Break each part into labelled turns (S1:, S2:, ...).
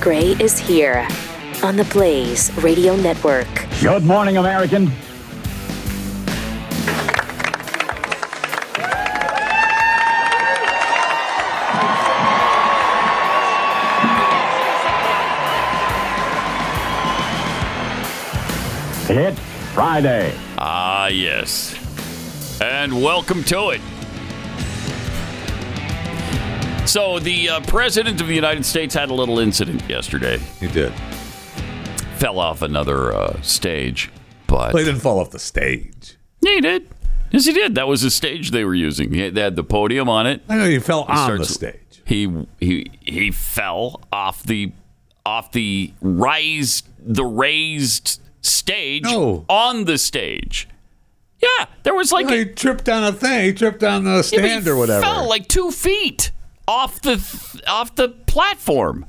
S1: Gray is here on the Blaze Radio Network.
S2: Good morning, American. It's Friday.
S3: Ah, yes. And welcome to it. So, the uh, President of the United States had a little incident yesterday.
S4: He did.
S3: Fell off another uh, stage, but.
S4: Well, he didn't fall off the stage.
S3: Yeah, he did. Yes, he did. That was the stage they were using. He- They had the podium on it.
S4: I know he fell on the
S3: starts-
S4: stage.
S3: He he he fell off the off the rise the raised stage
S4: No.
S3: on the stage. Yeah, there was like
S4: No,
S3: a-
S4: he tripped on a thing. He tripped on the
S3: Yeah, but
S4: stand
S3: he
S4: or whatever.
S3: Fell like two feet off the off the platform.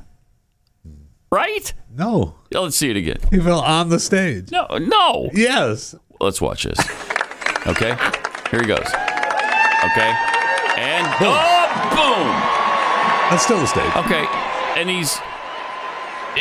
S3: Right?
S4: no,
S3: Yeah, Let's see it again.
S4: he fell on the stage.
S3: No, no.
S4: Yes.
S3: Let's watch this. Okay, here he goes. Okay, and oh,
S4: That's still the stage.
S3: boom. Okay, and he's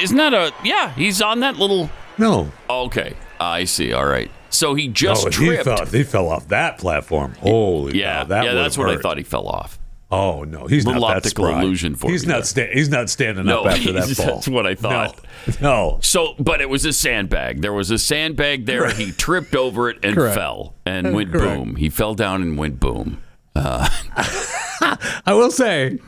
S3: isn't that a yeah? He's on that little.
S4: No.
S3: Okay, I see. All right. So he just
S4: oh, he
S3: tripped.
S4: fell, he fell off that platform. Holy
S3: yeah,
S4: cow, that
S3: yeah.
S4: would've
S3: That's what I
S4: hurt.
S3: thought. He fell off.
S4: Oh no, he's
S3: Little
S4: not
S3: optical
S4: that spry.
S3: illusion for
S4: he's
S3: me there.
S4: not sta- he's not standing
S3: No,
S4: up after that
S3: he's-
S4: fall.
S3: that's what I thought.
S4: No, no.
S3: So, but it was a sandbag. There was a sandbag there. He tripped over it and
S4: Correct.
S3: fell and went
S4: Correct.
S3: boom. He fell down and went boom.
S4: I will say,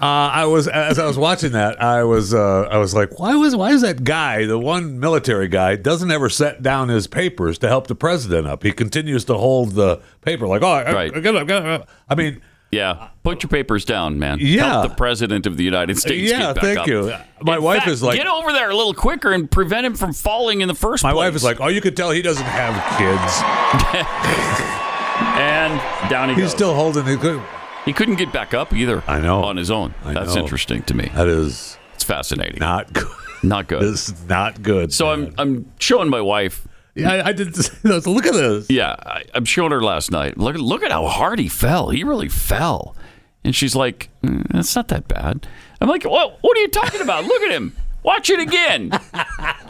S4: uh, I was as I was watching that, I was uh, I was like, why was why is that guy, the one military guy, doesn't ever set down his papers to help the president up? He continues to hold the paper like, oh, I,
S3: Right.
S4: I, got it, I, got it. I mean,
S3: Yeah, put your papers down, man.
S4: Yeah.
S3: Help the president of the United States.
S4: yeah,
S3: get back
S4: thank
S3: up.
S4: you. My
S3: In
S4: wife
S3: fact,
S4: is like,
S3: get over there a little quicker and prevent him from falling in the first
S4: my
S3: place.
S4: wife is like, oh, you could tell he doesn't have kids.
S3: and down he
S4: He's
S3: goes.
S4: still holding. He could,
S3: he couldn't get back up either.
S4: I know.
S3: on his own.
S4: I
S3: That's
S4: know.
S3: interesting to me.
S4: that is
S3: It's fascinating.
S4: not good.
S3: Not good.
S4: This is not good.
S3: so I'm I'm showing my wife
S4: Yeah, I, I did. Look at this.
S3: Yeah, I, I'm showing her last night. Look, look at how hard he fell. He really fell. And she's like, "Mm, "That's not that bad." I'm like, "What? What are you talking about? Look at him. Watch it again."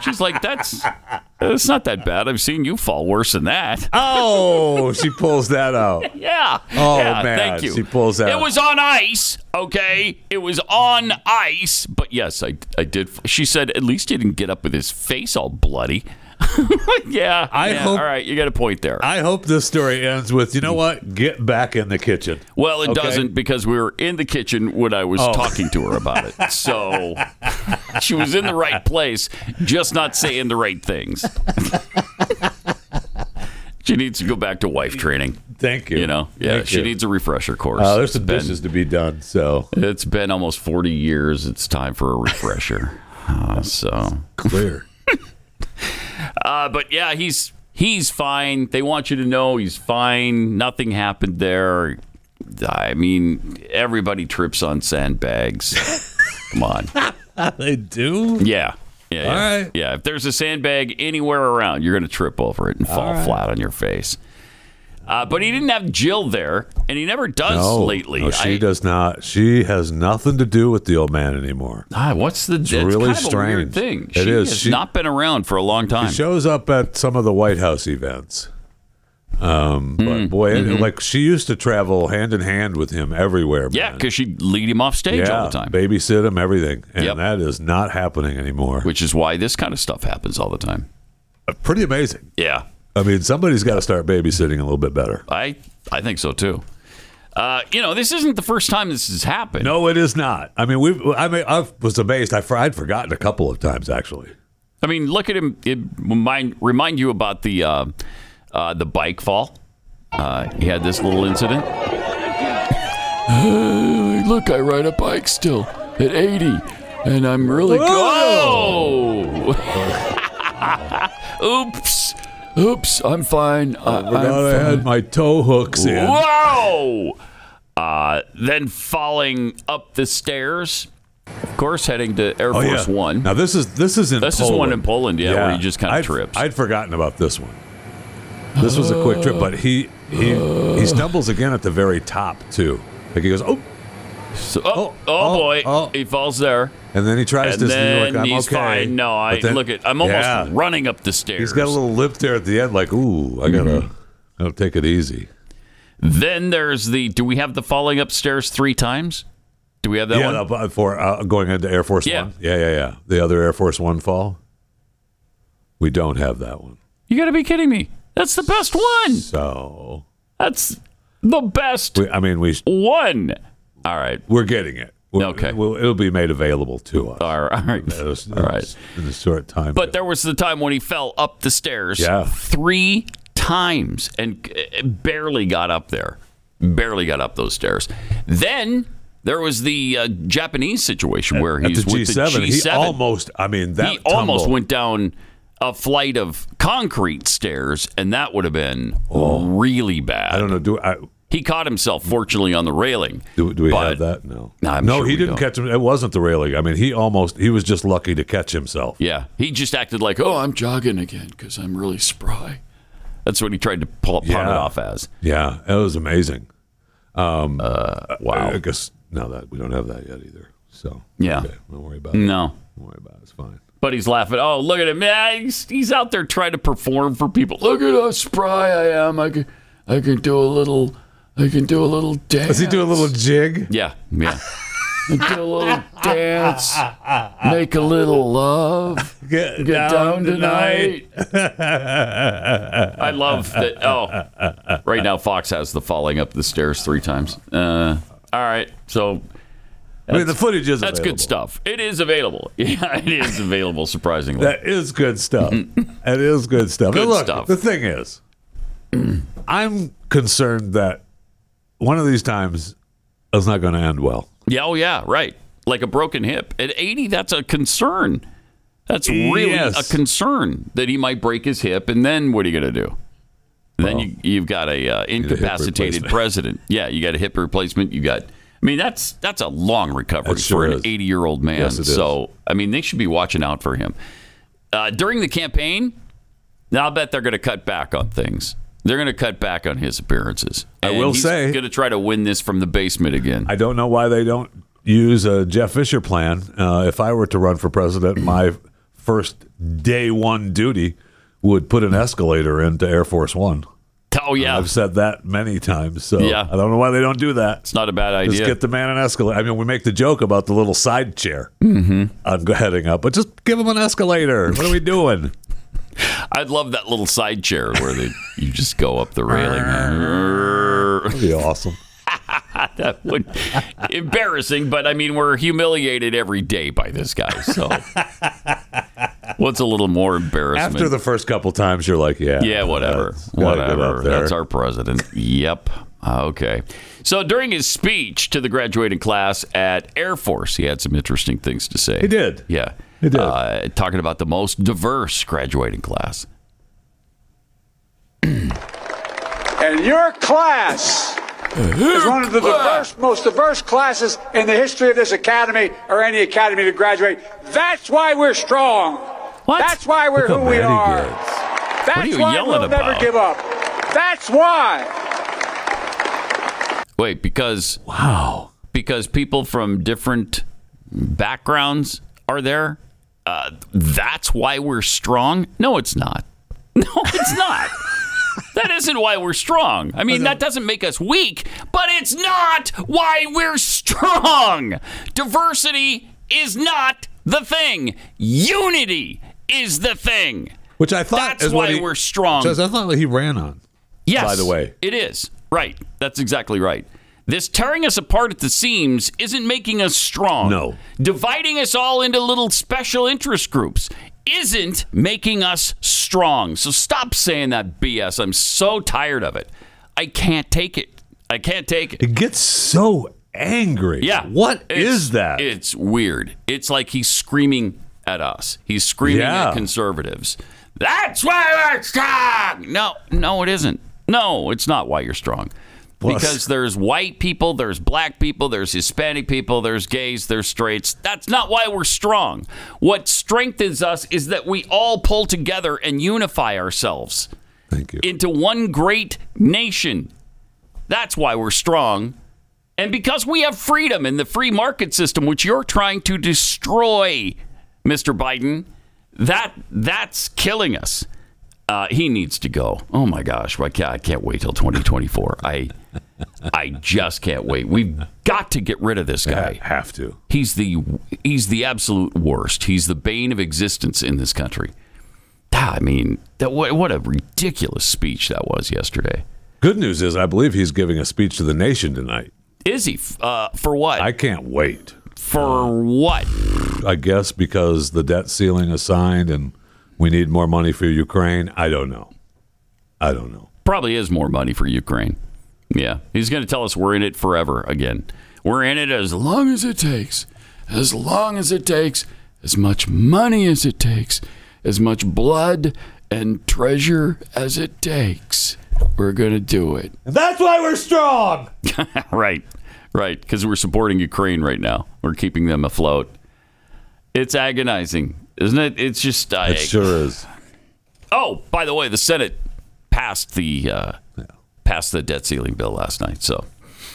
S3: She's like, "That's that's not that bad. I've seen you fall worse than that."
S4: Oh, she pulls that out.
S3: Yeah.
S4: Oh,
S3: yeah,
S4: man,
S3: Thank you.
S4: she pulls that.
S3: It was on ice. Okay, it was on ice. But yes, I I did. She said, "At least he didn't get up with his face all bloody." yeah.
S4: I
S3: yeah,
S4: hope-
S3: All right, you got a point there.
S4: I hope this story ends with you know what? Get back in the kitchen.
S3: Well, it
S4: Okay. Oh.
S3: doesn't because we were in the kitchen when I was talking to her about it. So she was in the right place, just not saying the right things. she needs to go back to wife training.
S4: Thank you.
S3: You know, yeah,
S4: Thank
S3: she
S4: you.
S3: needs a refresher course.
S4: Uh, there's some
S3: It's
S4: dishes to be done. So
S3: been, it's been almost 40 years. It's time for a refresher. Uh, so,
S4: clear.
S3: uh, but yeah, he's he's fine. They want you to know he's fine. Nothing happened there. I mean, everybody trips on sandbags. Come on.
S4: they do.
S3: Yeah. Yeah. yeah.
S4: All right.
S3: Yeah. If there's a sandbag anywhere around, you're going to trip over it and fall flat on your face. Uh, but he didn't have Jill there, and he never does lately.
S4: no, she
S3: I-
S4: does not. She has nothing to do with the old man anymore.
S3: Ah, what's the it's
S4: really
S3: kind of a weird
S4: strange.
S3: thing?
S4: It
S3: she
S4: is.
S3: has
S4: She-
S3: not been around for a long time.
S4: She shows up at some of the White House events. Um,
S3: Hmm.
S4: but boy, it-
S3: Mm-hmm.
S4: like she used to travel hand in hand with him everywhere.
S3: yeah,
S4: man.
S3: because she'd lead him off stage all the time,
S4: babysit him, everything, and
S3: Yep.
S4: that is not happening anymore.
S3: which is why this kind of stuff happens all the time.
S4: Pretty amazing.
S3: Yeah.
S4: I mean, somebody's got to start babysitting a little bit better.
S3: I, I think so too. Uh, you know, this isn't the first time this has happened.
S4: No, it is not. I mean, we. I mean, I was amazed. I, I'd forgotten a couple of times actually.
S3: I mean, look at him. It remind remind you about the uh, uh, the bike fall. Uh, he had this little incident. look, I ride a bike still at eighty, and I'm really
S4: Whoa!
S3: Oh! Oops. Oops, I'm fine. I-
S4: I forgot I
S3: I'm
S4: had my toe hooks in.
S3: Whoa! Uh, then falling up the stairs, of course, heading to Air
S4: Oh yeah.
S3: Force One.
S4: Now this is this is in
S3: This is
S4: Poland.
S3: one in Poland, yeah, where he just kinda
S4: I'd-
S3: trips.
S4: I'd forgotten about this one. This was a quick trip, but he he he stumbles again at the very top too. Like he goes, oh,
S3: So, oh, oh,
S4: Oh, oh,
S3: boy,
S4: oh.
S3: he falls there,
S4: And then he tries
S3: and
S4: to
S3: then
S4: sneak, like, I'm
S3: he's
S4: okay.
S3: fine. No, I
S4: But then-
S3: look at. I'm almost
S4: Yeah.
S3: running up the stairs.
S4: He's got a little lip there at the end, like, ooh, I gotta,
S3: Mm-hmm.
S4: I gotta take it easy.
S3: Then there's the. Do we have the falling upstairs three times? Do we have that
S4: yeah,
S3: one?
S4: no, but for uh, going into Air Force
S3: Yeah.
S4: One. Yeah, yeah, yeah. The other Air Force One fall. We don't have that one.
S3: You got to be kidding me. That's the best one.
S4: So,
S3: That's the best
S4: we, I mean, we
S3: one. All right.
S4: we're getting it. we
S3: Okay.
S4: we'll, it'll be made available to us.
S3: All right.
S4: in this- in
S3: All right.
S4: this- in a short time.
S3: But there was the time when he fell up the stairs
S4: Yeah.
S3: three times and uh, barely got up there. Barely got up those stairs. Then there was the uh, Japanese situation where
S4: at the
S3: he's with
S4: G7,
S3: the G7.
S4: he almost. I mean, that
S3: He almost
S4: tumble-
S3: went down a flight of concrete stairs, and that would have been really bad.
S4: Oh. I don't know. Do I?
S3: He caught himself, fortunately, on the railing.
S4: Do, do we
S3: But-
S4: have that? No.
S3: No, I'm
S4: no,
S3: sure
S4: he
S3: we
S4: didn't
S3: don't.
S4: catch him. It wasn't the railing. I mean, he almost. He was just lucky to catch himself.
S3: Yeah, he just acted like, "Oh, I'm jogging again because I'm really spry." That's what he tried to pull, pawn it
S4: Yeah.
S3: off as.
S4: Yeah, it was amazing.
S3: Uh,
S4: Um, wow. I, guess no, that we don't have that yet either. So
S3: Yeah.
S4: okay, don't worry about it.
S3: No,
S4: Don't worry about it. It's fine.
S3: but he's laughing. Oh, look at him! Yeah, he's, he's out there trying to perform for people. Look at how spry I am. I can, I can do a little, I can do a little dance.
S4: Does he do a little jig?
S3: Yeah, yeah. I do a little dance, make a little love.
S4: Get,
S3: I love that. Oh, right now Fox has the falling up the stairs three times. Uh, all right, so
S4: I mean, the footage is
S3: that's
S4: available.
S3: good stuff. It is available. Yeah, it is available. Surprisingly,
S4: That is good stuff. that is good stuff.
S3: Good
S4: And look,
S3: stuff.
S4: The thing is, I'm concerned that one of these times it's not going to end well.
S3: yeah, oh yeah, right. Like a broken hip at eighty, that's a concern. That's really
S4: Yes.
S3: a concern that he might break his hip, and then what are you going to do? Then you, you've got a uh, incapacitated
S4: replacement.
S3: president. Yeah, you got a hip replacement. You got. I mean, that's that's a long recovery
S4: That sure
S3: for an
S4: is.
S3: eighty-year-old man.
S4: Yes, it is.
S3: So I mean, they should be watching out for him uh, during the campaign. Now I bet they're going to cut back on things. They're going to cut back on his appearances.
S4: I will say-
S3: going to try to win this from the basement again.
S4: I don't know why they don't use a Jeff Fisher plan. Uh, if I were to run for president, my first day one duty would put an escalator into Air Force One.
S3: oh yeah,
S4: I've said that many times, so
S3: Yeah.
S4: I don't know why they don't do that.
S3: it's not a bad idea.
S4: Just get the man an escalator. I mean, we make the joke about the little side chair
S3: Mm-hmm.
S4: I'm heading up, but just give him an escalator. What are we doing?
S3: I'd love that little side chair where they, you just go up the railing.
S4: That'd be awesome.
S3: that would embarrassing, but I mean we're humiliated every day by this guy. So what's a little more embarrassment?
S4: After the first couple times, you're like, yeah,
S3: yeah, whatever,
S4: that's gotta get up
S3: whatever.
S4: there.
S3: That's our president. yep. Okay. So during his speech to the graduating class at Air Force, he had some interesting things to say.
S4: He did.
S3: Yeah.
S4: He did.
S3: Uh, talking about the most diverse graduating class.
S5: And your class is one of the diverse, most diverse classes in the history of this academy or any academy to graduate. That's why we're strong.
S3: What?
S5: That's why
S4: Look
S5: we're
S4: how
S5: who we
S4: mad he
S5: are.
S4: gets.
S3: are
S5: That's
S3: you
S5: why
S3: yelling
S5: we'll
S3: about?
S5: never give up. That's why.
S3: Wait, because
S4: Wow.
S3: because people from different backgrounds are there. Uh, that's why we're strong. No, it's not. No, it's not. that isn't why we're strong. I mean, that doesn't make us weak, but it's not why we're strong. Diversity is not the thing. Unity is the thing.
S4: Which I thought
S3: That's
S4: is
S3: why
S4: what he,
S3: we're strong.
S4: So I thought what he ran on.
S3: Yes.
S4: by the way.
S3: It is. Right. That's exactly right. This tearing us apart at the seams isn't making us strong.
S4: No.
S3: Dividing us all into little special interest groups isn't making us strong. So stop saying that BS. I'm so tired of it. I can't take it. I can't take it.
S4: It gets so angry.
S3: Yeah.
S4: What
S3: It's-
S4: is that?
S3: It's weird. It's like he's screaming at us. He's screaming
S4: Yeah.
S3: at conservatives. That's why we're strong. No, no, it isn't. No, it's not why you're strong.
S4: Plus-
S3: Because there's white people, there's black people, there's Hispanic people, there's gays, there's straights. That's not why we're strong. What strengthens us is that we all pull together and unify ourselves
S4: Thank you.
S3: into one great nation. That's why we're strong. And because we have freedom in the free market system, which you're trying to destroy, Mr. Biden, that that's killing us. Uh, he needs to go. Oh my gosh, I can't, I can't wait till 2024. I I just can't wait. We've got to get rid of this guy.
S4: I have to.
S3: He's the he's the absolute worst. He's the bane of existence in this country. Ah, I mean, that what, what a ridiculous speech that was yesterday.
S4: Good news is, I believe he's giving a speech to the nation tonight.
S3: Is he f- uh, for what?
S4: I can't wait.
S3: for what?
S4: I guess because the debt ceiling is signed and we need more money for Ukraine. I don't know. I don't know.
S3: Probably is more money for Ukraine. Yeah, he's going to tell us we're in it forever again. We're in it as long as it takes, as long as it takes, as much money as it takes, as much blood and treasure as it takes. We're going to do it.
S4: And that's why we're strong.
S3: Right, right. Because we're supporting Ukraine right now. We're keeping them afloat. It's agonizing, isn't it? It's just. Uh,
S4: It sure is.
S3: Oh, by the way, the Senate passed the uh, passed the debt ceiling bill last night, so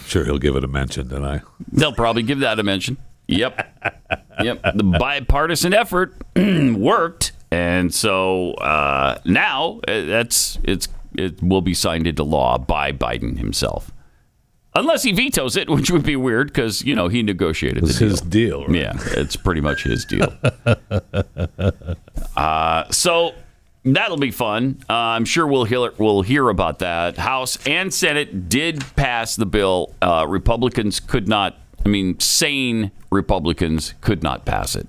S4: Sure, he'll give it a mention tonight.
S3: they'll probably give that a mention. Yep, yep. The bipartisan effort worked, and so uh, now uh, that's it's it will be signed into law by Biden himself, unless he vetoes it, which would be weird because you know he negotiated the
S4: It's
S3: deal.
S4: his deal. right?
S3: Yeah, it's pretty much his deal. uh, so that'll be fun. Uh, I'm sure we'll hear, we'll hear about that. House and Senate did pass the bill. Uh, Republicans could not. I mean, sane Republicans could not pass it.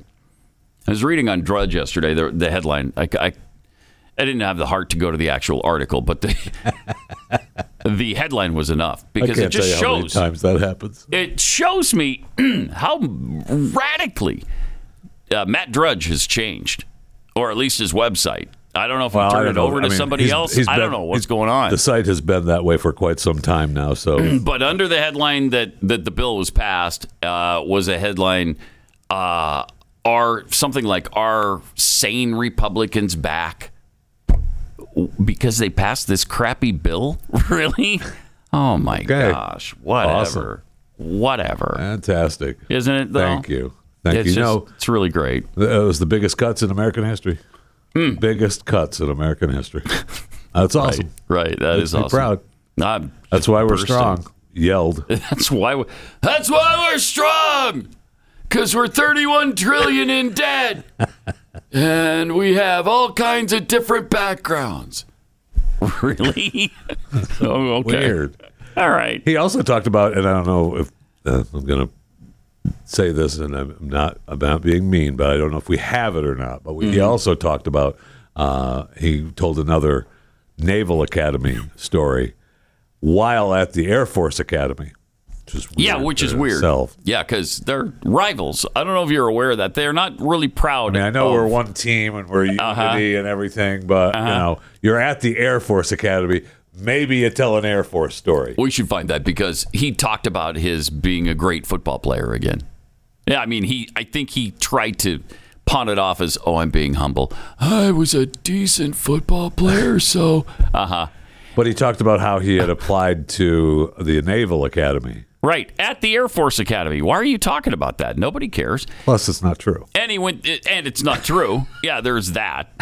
S3: I was reading on Drudge yesterday the, the headline. I, I, I didn't have the heart to go to the actual article, but the the headline was enough
S4: I
S3: because
S4: can't
S3: it just
S4: tell you how many
S3: shows
S4: times that happens.
S3: it shows me how radically uh, Matt Drudge has changed, or at least his website. I don't know if
S4: Well, I
S3: he turned it
S4: don't know.
S3: over to
S4: I mean,
S3: somebody
S4: he's-
S3: else.
S4: he's
S3: I don't
S4: been-
S3: know what's
S4: he's-
S3: going on.
S4: The site has been that way for quite some time now. So
S3: but under the headline that, that the bill was passed uh, was a headline, uh, "Are something like are sane Republicans back because they passed this crappy bill?" really? Oh my
S4: Okay.
S3: gosh! Whatever.
S4: Awesome.
S3: Whatever.
S4: fantastic.
S3: Isn't it? Though?
S4: Thank you. Thank
S3: it's
S4: you.
S3: Just,
S4: no,
S3: it's really great.
S4: Th- It was the biggest cuts in American history. Biggest cuts in American history. That's awesome.
S3: Hmm. Right. That
S4: Makes
S3: is
S4: me
S3: awesome.
S4: proud.
S3: I'm,
S4: That's why we're
S3: Bursting.
S4: strong. Yelled.
S3: that's why. We, that's why we're strong. Because we're 31 trillion in debt, and we have all kinds of different backgrounds. Really? oh, okay.
S4: Weird.
S3: All right.
S4: He also talked about, and I don't know if uh, I'm going to say this, and I'm not about being mean, but I don't know if we have it or not. But we, he
S3: Mm-hmm.
S4: also talked about, uh, he told another Naval Academy story while at the Air Force Academy. Which is
S3: Yeah,
S4: weird
S3: which
S4: in
S3: is weird.
S4: itself.
S3: Yeah, because they're rivals. I don't know if you're aware of that. They're not really proud.
S4: I mean, I know
S3: of,
S4: we're one team and we're unity
S3: Uh-huh.
S4: and everything, but you know, you're at the Air Force Academy. Maybe you tell an Air Force story.
S3: We should find that because he talked about his being a great football player again. Yeah, I mean, he. I think he tried to pawn it off as, "Oh, I'm being humble. I was a decent football player." So, uh huh.
S4: But he talked about how he had applied to the Naval Academy.
S3: Right at the Air Force Academy. Why are you talking about that? Nobody cares.
S4: Plus, it's not true.
S3: And he went, and it's not true. Yeah, there's that.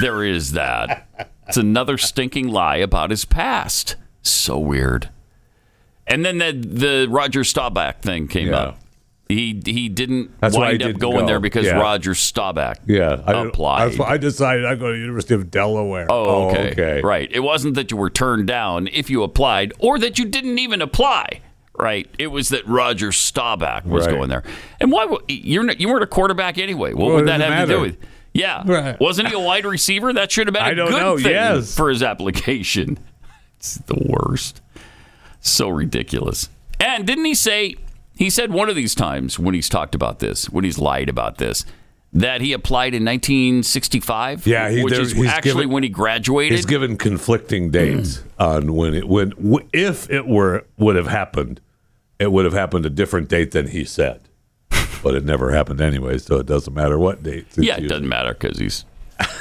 S3: There is that. It's another stinking lie about his past. So weird. And then the the Roger Staubach thing came
S4: Yeah.
S3: up. He he didn't
S4: That's why
S3: wind
S4: he
S3: up
S4: didn't
S3: going
S4: go.
S3: there because
S4: Yeah.
S3: Roger Staubach
S4: Yeah, I
S3: applied.
S4: I, I decided I go to University of Delaware.
S3: Oh, okay. Right. It wasn't that you were turned down if you applied or that you didn't even apply. Right. It was that Roger Staubach was
S4: Right.
S3: going there. And why would- you're not, you weren't a quarterback anyway. What
S4: Well,
S3: would
S4: it
S3: that have
S4: doesn't
S3: to do
S4: matter.
S3: with? Yeah.
S4: Right.
S3: Wasn't he a wide receiver? That should have been a
S4: I don't
S3: good
S4: know.
S3: thing
S4: Yes.
S3: for his application. It's the worst. So ridiculous. And didn't he say he said one of these times when he's talked about this, when he's lied about this, that he applied in 1965?
S4: Yeah, he-
S3: which
S4: there-
S3: is
S4: he's
S3: actually
S4: given-
S3: when he graduated.
S4: He's given conflicting dates on when it when w- if it were would have happened, it would have happened a different date than he said. but it never happened anyway, so it doesn't matter what date. it's
S3: Yeah, it
S4: used.
S3: doesn't matter because he's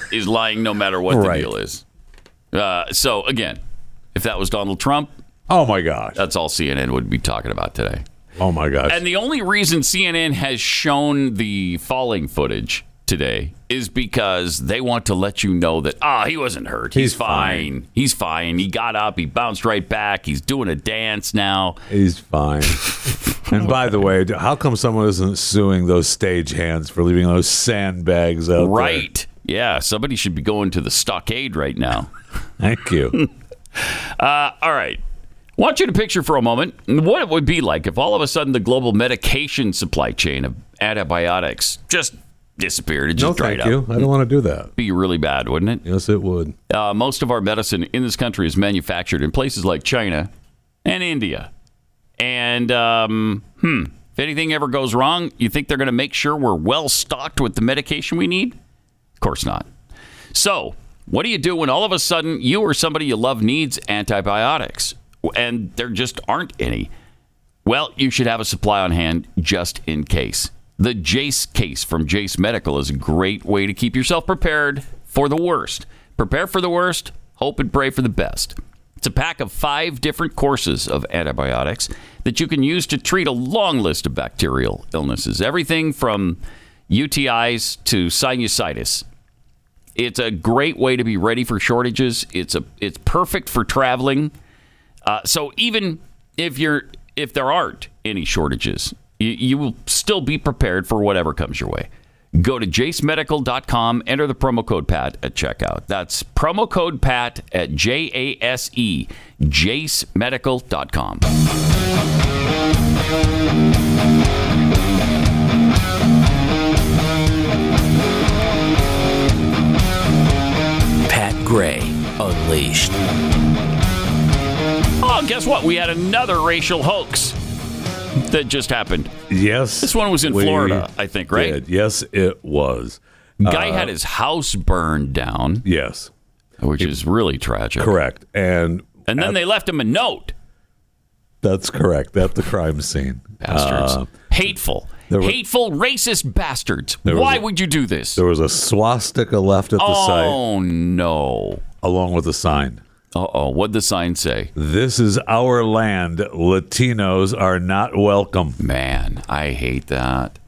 S3: he's lying no matter what the
S4: Right.
S3: deal is. Uh, so again, if that was Donald Trump,
S4: Oh my gosh.
S3: That's all CNN would be talking about today.
S4: Oh my gosh.
S3: And the only reason CNN has shown the falling footage today is because they want to let you know that ah he wasn't hurt. He's,
S4: He's
S3: fine.
S4: fine.
S3: He's fine. He got up. He bounced right back. He's doing a dance now.
S4: He's fine. and by the way, how come someone isn't suing those stage hands for leaving those sandbags out there?
S3: Right. Yeah, somebody should be going to the stockade right now.
S4: Thank you.
S3: All right. Want you to picture for a moment what it would be like if all of a sudden the global medication supply chain of antibiotics just disappeared. It
S4: no,
S3: just dried
S4: thank
S3: up.
S4: you. I don't want to do that.
S3: Be really bad, wouldn't it?
S4: Yes, it would.
S3: Uh, most of our medicine in this country is manufactured in places like China and India. And um, hmm, if anything ever goes wrong, you think they're going to make sure we're well stocked with the medication we need? Of course not. So, what do you do when all of a sudden you or somebody you love needs antibiotics and there just aren't any? Well, you should have a supply on hand just in case. The Jace case from Jace Medical is a great way to keep yourself prepared for the worst. Prepare for the worst, hope and pray for the best. It's a pack of five different courses of antibiotics that you can use to treat a long list of bacterial illnesses, everything from UTIs to sinusitis. It's a great way to be ready for shortages. It's a it's perfect for traveling. Uh, so even if you're if there aren't any shortages, you, you will still be prepared for whatever comes your way. Go to jacemedical.com, enter the promo code PAT at checkout. That's promo code PAT at J A S E, jacemedical.com.
S6: Pat Gray Unleashed.
S3: Oh, guess what? We had another racial hoax that just happened.
S4: Yes.
S3: This one was in
S4: we
S3: Florida, I think, right?
S4: did. Yes, it was. Uh,
S3: Guy had his house burned down,
S4: Yes,
S3: which is really tragic.
S4: correct. And
S3: And then they left him a note.
S4: that's correct at the crime scene.
S3: bastards.
S4: Uh,
S3: Hateful.
S4: there was-
S3: Hateful, racist bastards.
S4: was
S3: Why
S4: a-
S3: would you do this?
S4: there was a swastika left at the site
S3: Oh, no.
S4: along with a sign.
S3: Uh oh. What'd the sign say?
S4: This is our land. Latinos are not welcome.
S3: Man, I hate that.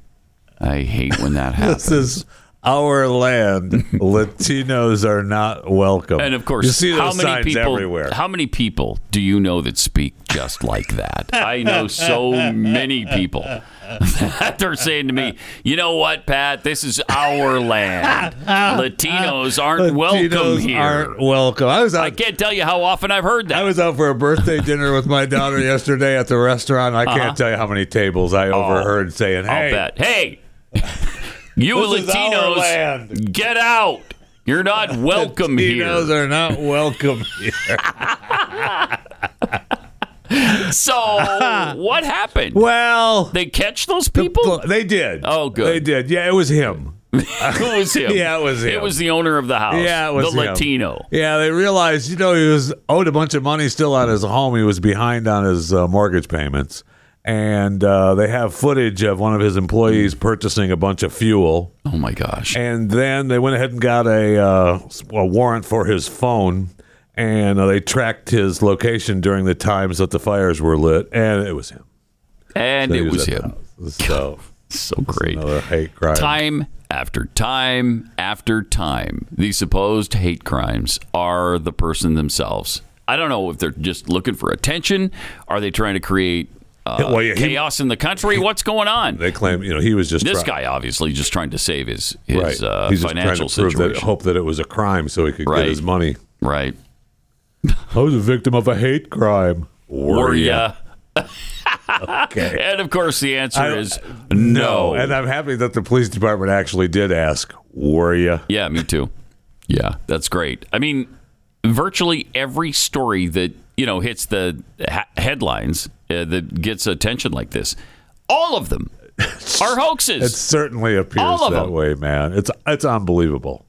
S3: I hate when that happens.
S4: This is our land. Latinos are not welcome.
S3: And of course,
S4: you see
S3: how
S4: those
S3: many
S4: signs
S3: people?
S4: everywhere.
S3: How many people do you know that speak just like that? I know so many people that are saying to me, "You know what, Pat? This is our land. Latinos aren't welcome
S4: Latinos
S3: here."
S4: Aren't welcome. I was out.
S3: I can't tell you how often I've heard that.
S4: I was out for a birthday dinner with my daughter yesterday at the restaurant. I can't tell you how many tables I overheard saying,
S3: Uh-huh. I'll
S4: "Hey,
S3: bet. Hey, you
S4: This is our
S3: Latinos,
S4: land.
S3: get out. You're not welcome
S4: Latinos
S3: here.
S4: are not welcome here."
S3: so what happened?
S4: Well,
S3: They catch those people?
S4: they did.
S3: Oh, good.
S4: They did. Yeah, it was him.
S3: Who was him?
S4: Yeah, it was
S3: It
S4: him.
S3: was the owner of the house.
S4: Yeah, it was
S3: Oh, the
S4: him.
S3: Latino.
S4: Yeah, they realized, you know, he was owed a bunch of money still on his home. He was behind on his uh, mortgage payments. And uh, they have footage of one of his employees purchasing a bunch of fuel.
S3: Oh my gosh.
S4: And then they went ahead and got a, uh, a warrant for his phone. And uh, they tracked his location during the times that the fires were lit. And it was him.
S3: And
S4: He
S3: it was
S4: at the
S3: him.
S4: house. So,
S3: So great.
S4: another hate crime.
S3: Time after time after time, these supposed hate crimes are the person themselves. I don't know if they're just looking for attention. Are they trying to create uh,
S4: Well, yeah, he-
S3: chaos in the country? What's going on?
S4: They claim, you know, he was just
S3: this
S4: try-
S3: guy obviously just trying to save his his
S4: Right.
S3: uh,
S4: He's just trying
S3: financial
S4: to prove that,
S3: situation.
S4: hope that it was a crime so he could
S3: Right.
S4: get his money.
S3: right?
S4: I was a victim of a hate crime.
S3: Were ya?
S4: Okay.
S3: And of course, the answer
S4: I-
S3: is no.
S4: And I'm happy that the police department actually did ask, were you?
S3: Yeah, me too. Yeah, that's great. I mean, virtually every story that you know hits the ha- headlines uh, that gets attention like this, all of them are
S4: It
S3: hoaxes.
S4: certainly appears
S3: All of
S4: that
S3: them.
S4: way, man. It's it's unbelievable.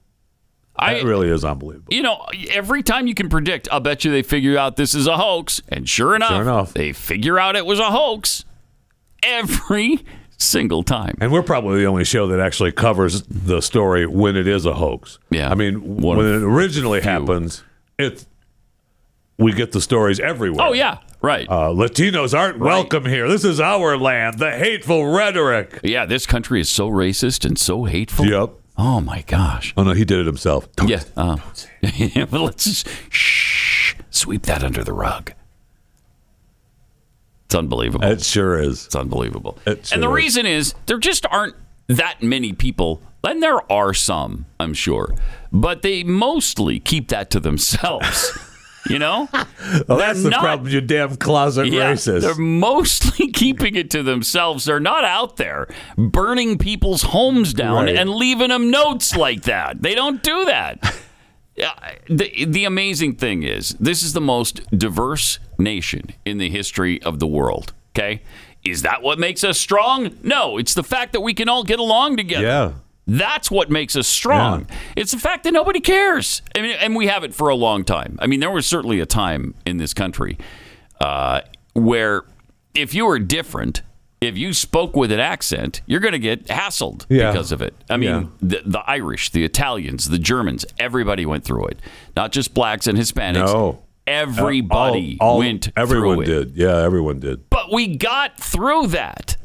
S3: I
S4: It really is unbelievable.
S3: you know every time you can predict, I'll bet you they figure out this is a hoax, and sure enough,
S4: enough.
S3: they figure out it was a hoax every single time.
S4: And we're probably the only show that actually covers the story when it is a hoax.
S3: Yeah.
S4: I mean,
S3: One
S4: when
S3: of
S4: it originally happens, it's we get the stories everywhere.
S3: Oh yeah, right.
S4: Uh, Latinos aren't welcome here. This is our land. The hateful rhetoric.
S3: yeah, this country is so racist and so hateful.
S4: Yep.
S3: Oh my gosh.
S4: Oh no, he did it himself. Don't-
S3: Yeah. Uh, well, let's just shh, sweep that under the rug. It's unbelievable.
S4: It sure is.
S3: It's unbelievable.
S4: It sure
S3: and the
S4: is.
S3: reason is there just aren't that many people, and there are some, I'm sure, but they mostly keep that to themselves. you know?
S4: Well, that's the
S3: not-
S4: problem, you damn closet
S3: Yeah, They're
S4: racist.
S3: mostly keeping it to themselves. They're not out there burning people's homes down
S4: Right.
S3: and leaving them notes like that. They don't do that. Yeah, The, the amazing thing is, this is the most diverse nation in the history of the world. Okay? Is that what makes us strong? No, it's the fact that we can all get along together.
S4: Yeah.
S3: That's what makes us strong. It's the fact that nobody cares. I mean, and we have it for a long time. I mean, there was certainly a time in this country uh, where if you were different, if you spoke with an accent, you're going to get hassled
S4: Yeah.
S3: because of it. I mean, the, the Irish, the Italians, the Germans, everybody went through it. Not just blacks and Hispanics.
S4: No.
S3: Everybody
S4: All- all-
S3: went
S4: Everyone
S3: through it
S4: did. Yeah, everyone did.
S3: but we got through that.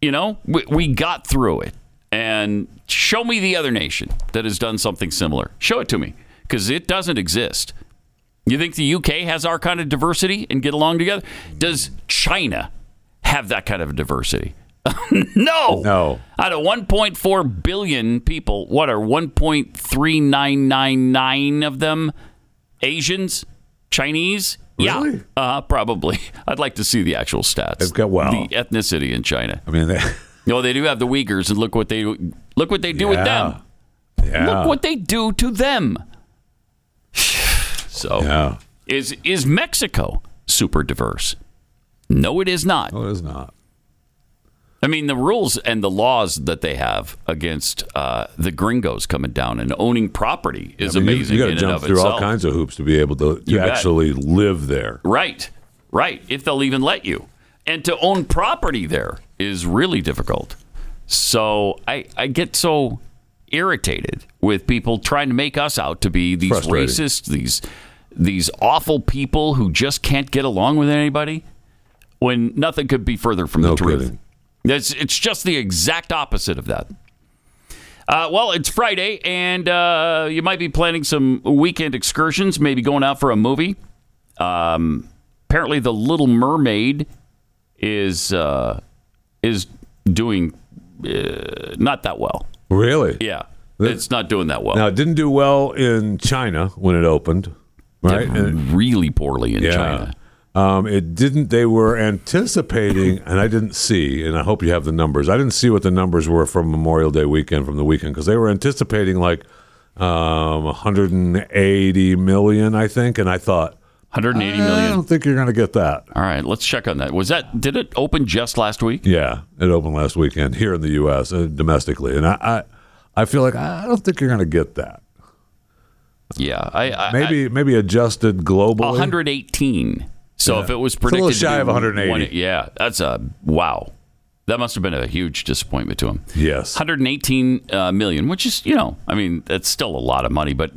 S3: You know, we, we got through it. And show me the other nation that has done something similar. Show it to me because it doesn't exist. You think the UK has our kind of diversity and get along together? Does China have that kind of diversity? no.
S4: No.
S3: Out of 1.4 billion people, what are 1.3999 of them Asians? Chinese? Yeah.
S4: Really?
S3: Uh, probably. I'd like to see the actual stats.
S4: They've got- wow.
S3: The ethnicity in China.
S4: I mean, they,
S3: No, they do have the Uyghurs, and look what they look what they do with
S4: Yeah.
S3: them.
S4: yeah.
S3: Look what they do to them. so
S4: yeah.
S3: is is Mexico super diverse? No, it is not.
S4: No, Oh, it is not.
S3: I mean, the rules and the laws that they have against uh, the gringos coming down and owning property is
S4: I mean, you-
S3: amazing
S4: You,
S3: in
S4: got to
S3: and
S4: jump
S3: of
S4: through
S3: itself.
S4: all kinds of hoops to be able to, to
S3: bet.
S4: actually live there.
S3: Right, right. If they'll even let you, and to own property there is really difficult. So I I get so irritated with people trying to make us out to be these
S4: Frustrating.
S3: racists, these these awful people who just can't get along with anybody. When nothing could be further from
S4: No
S3: the truth.
S4: kidding.
S3: It's, it's just the exact opposite of that. Uh, well, it's Friday, and uh, you might be planning some weekend excursions, maybe going out for a movie. Um, apparently, The Little Mermaid is uh, is doing uh, not that well.
S4: Really?
S3: Yeah, it's not doing that well.
S4: Now, it didn't do well in China when it opened, right? And-
S3: really poorly in
S4: Yeah.
S3: China.
S4: Um, it didn't. They were anticipating, and I didn't see. And I hope you have the numbers. I didn't see what the numbers were from Memorial Day weekend from the weekend because they were anticipating like um, 180 million, I think. And I thought,
S3: 180
S4: I
S3: million.
S4: don't think you're going to get that.
S3: All right, let's check on that. Was that did it open just last week?
S4: Yeah, it opened last weekend here in the U.S. Uh, domestically, and I, I, I feel like I don't think you're going to get that.
S3: Yeah, I, I I-
S4: Maybe, maybe adjusted globally.
S3: 118. So if it was
S4: a
S3: predicted
S4: little
S3: to
S4: shy
S3: be
S4: of 180.
S3: one- yeah, that's a wow. That must have been a huge disappointment to him.
S4: Yes.
S3: 118 uh, million, which is you know, I mean, that's still a lot of money, but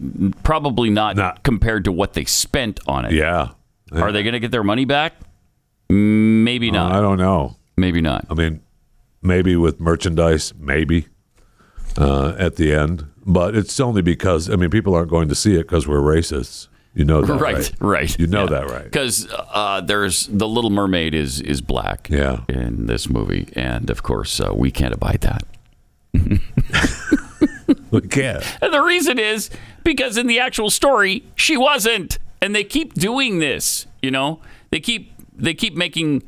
S3: probably not,
S4: Not-
S3: compared to what they spent on it.
S4: Yeah.
S3: Are they going to get their money back? Maybe not.
S4: Uh, I don't know.
S3: Maybe not.
S4: I mean, maybe with merchandise, maybe uh, at the end, but it's only because I mean people aren't going to see it because we're racists. You know that, right?
S3: Right, right.
S4: You know that, right?
S3: Because uh, there's the Little Mermaid is is black.
S4: Yeah.
S3: In this movie, and of course uh, we can't abide that.
S4: We can't.
S3: And the reason is because in the actual story, she wasn't. And they keep doing this, you know? They keep they keep making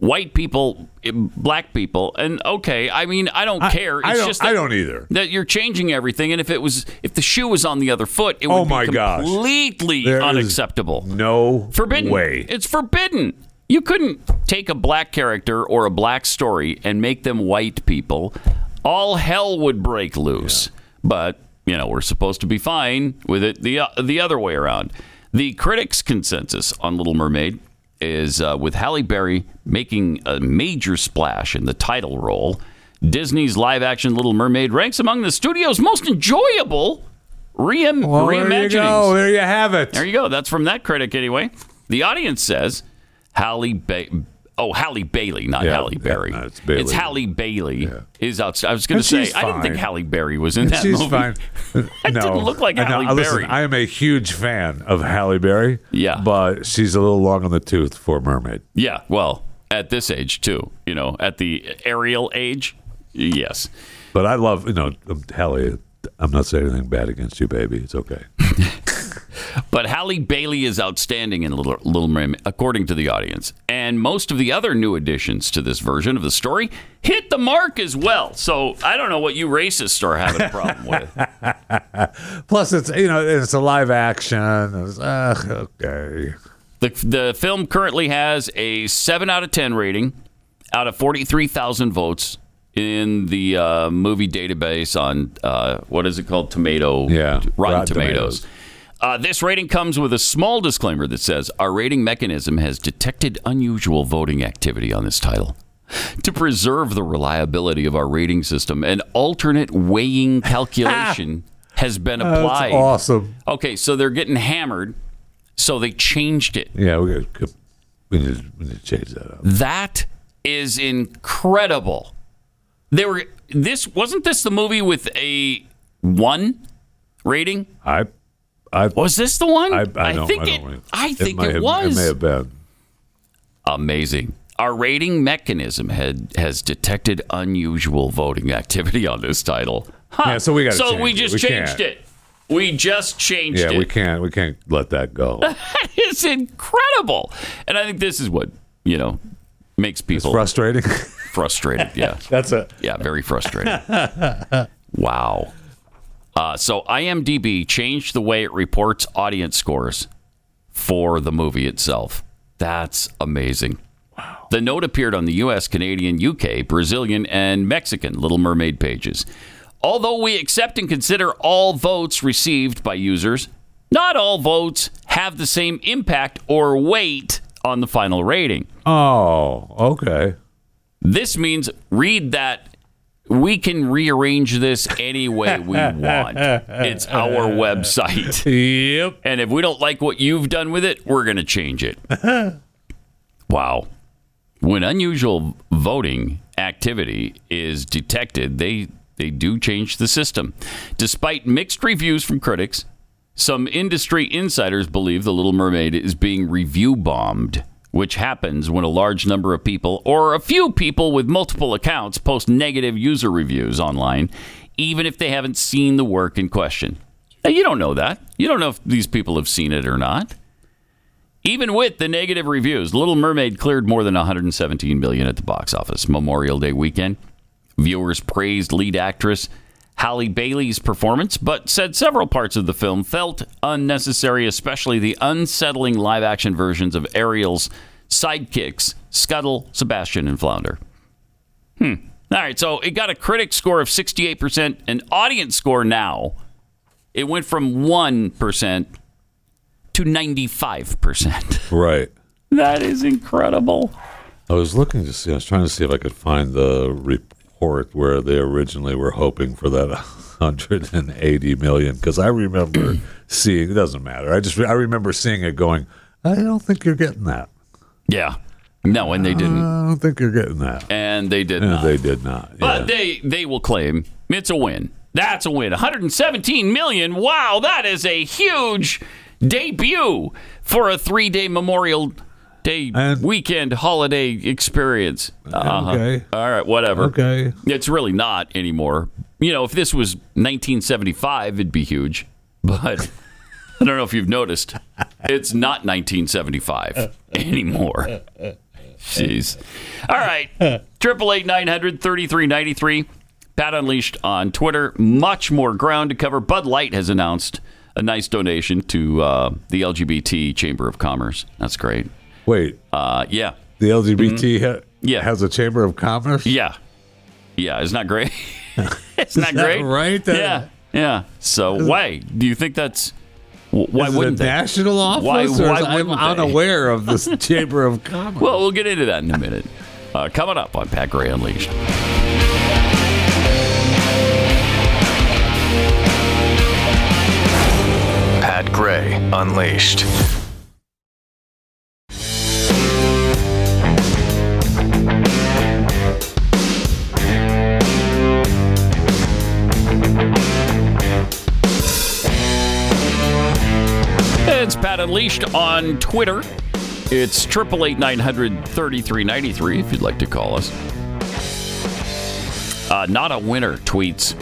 S3: white people eh, black people. And okay, I mean, I don't care. It's
S4: I don't.
S3: just that,
S4: I don't e-, either.
S3: that you're changing everything and if it was if the shoe was on the other foot, it would
S4: Oh my
S3: be
S4: gosh.
S3: completely
S4: There is
S3: unacceptable.
S4: No
S3: forbidden.
S4: way.
S3: It's forbidden. You couldn't take a black character or a black story and make them white people. All hell would break loose. But you know we're supposed to be fine with it the uh, the other way around. The critics' consensus on Little Mermaid is uh, with Halle Berry making a major splash in the title role. Disney's live-action Little Mermaid ranks among the studio's most enjoyable re-
S4: Well, there you
S3: reimaginings.
S4: go. There you have it.
S3: There you go. That's from that critic, anyway. The audience says Halle ba- Oh, Halle Bailey, not
S4: Yeah,
S3: Halle
S4: yeah,
S3: Berry.
S4: no, it's Bailey.
S3: Halle Bailey is out. I was going
S4: And
S3: to say
S4: she's
S3: I didn't think
S4: fine.
S3: Halle Berry was in that
S4: She's
S3: movie.
S4: fine.
S3: That
S4: no,
S3: didn't look like
S4: I know.
S3: Halle
S4: I- listen,
S3: Berry.
S4: I am a huge fan of Halle Berry.
S3: Yeah.
S4: but she's a little long on the tooth for a mermaid.
S3: Yeah, well, at this age too, you know, at the aerial age, yes.
S4: But I love you know um, Halle. I'm not saying anything bad against you, baby. It's okay.
S3: But Halle Bailey is outstanding in Little, Little Mermaid, according to the audience. And most of the other new additions to this version of the story hit the mark as well. So I don't know what you racists are having a problem with.
S4: Plus, it's you know it's a live action. It's, uh, okay.
S3: The, the film currently has a 7 out of 10 rating out of 43,000 votes in the uh, movie database on, uh, what is it called? Tomato.
S4: Yeah,
S3: Rotten,
S4: Rotten
S3: Tomatoes.
S4: Tomatoes.
S3: Uh, this rating comes with a small disclaimer that says our rating mechanism has detected unusual voting activity on this title. To preserve the reliability of our rating system, an alternate weighing calculation has been applied.
S4: awesome.
S3: Okay, so they're getting hammered, so they changed it.
S4: Yeah, we got we need, to- we need to change that up.
S3: That is incredible. They were this wasn't this the movie with a one rating?
S4: I I
S3: Was this the one?
S4: I, I, don't,
S3: think
S4: I
S3: it.
S4: don't really-
S3: I think
S4: may
S3: it,
S4: have-
S3: was
S4: It may have been.
S3: amazing. Our rating mechanism had has detected unusual voting activity on this title. Huh.
S4: Yeah, so we gotta
S3: So
S4: change
S3: we
S4: it.
S3: just
S4: We
S3: changed
S4: can't.
S3: it. We just changed
S4: Yeah,
S3: it.
S4: we can't we can't let that go.
S3: It's incredible, and I think this is what you know makes people
S4: Frustrating.
S3: frustrated. Yeah.
S4: That's a
S3: Yeah, very frustrating. wow. Uh, so IMDb changed the way it reports audience scores for the movie itself. That's amazing. Wow. The note appeared on the U.S., Canadian, U.K., Brazilian, and Mexican Little Mermaid pages. Although we accept and consider all votes received by users, not all votes have the same impact or weight on the final rating.
S4: oh okay.
S3: This means read that we can rearrange this any way we want. It's our website.
S4: Yep.
S3: And if we don't like what you've done with it, we're going to change it. wow. When unusual voting activity is detected, they they do change the system. Despite mixed reviews from critics, some industry insiders believe The Little Mermaid is being review bombed, which happens when a large number of people or a few people with multiple accounts post negative user reviews online, even if they haven't seen the work in question. Now, you don't know that. You don't know if these people have seen it or not. Even with the negative reviews, Little Mermaid cleared more than 117 million at the box office Memorial Day weekend. Viewers praised lead actress Halle Bailey's performance, but said several parts of the film felt unnecessary, especially the unsettling live action versions of Ariel's sidekicks, Scuttle, Sebastian, and Flounder. Hmm. All right, so it got a critic score of 68%, an audience score now. It went from 1% to 95%.
S4: Right.
S3: That is incredible.
S4: I was looking to see. I was trying to see if I could find the report where they originally were hoping for that 180 million. Because I remember seeing. It doesn't matter. I just I remember seeing it going. I don't think you're getting that.
S3: Yeah. No, and they didn't.
S4: I don't think you're getting that.
S3: And they did
S4: And
S3: not.
S4: they did not.
S3: But
S4: yeah.
S3: they they will claim it's a win. That's a win. 117 million. Wow, that is a huge debut for a 3-day Memorial Day
S4: And-
S3: weekend holiday experience. Uh-huh.
S4: Okay.
S3: All right, whatever.
S4: Okay.
S3: It's really not anymore. You know, if this was 1975, it'd be huge. But I don't know if you've noticed, it's not 1975 anymore. Jeez. All right. Triple eight nine hundred thirty three ninety three. Pat Unleashed on Twitter. Much more ground to cover. Bud Light has announced a nice donation to uh, the LGBT Chamber of Commerce. That's great.
S4: Wait.
S3: Uh, yeah.
S4: The LGBT ha-
S3: Mm-hmm. Yeah.
S4: has a chamber of commerce.
S3: Yeah. Yeah, isn't that great? it's not great.
S4: right? That-
S3: yeah. Yeah. So why do you think that's wh- why
S4: Is it a
S3: wouldn't they?
S4: national office?
S3: Why-
S4: or is-
S3: why
S4: I'm
S3: wouldn't they?
S4: unaware of this chamber of commerce.
S3: Well, we'll get into that in a minute. Uh, coming up on Pat Gray Unleashed.
S7: Pat Gray Unleashed.
S3: Unleashed on Twitter. It's 888 if you'd like to call us. Uh, not a winner tweets.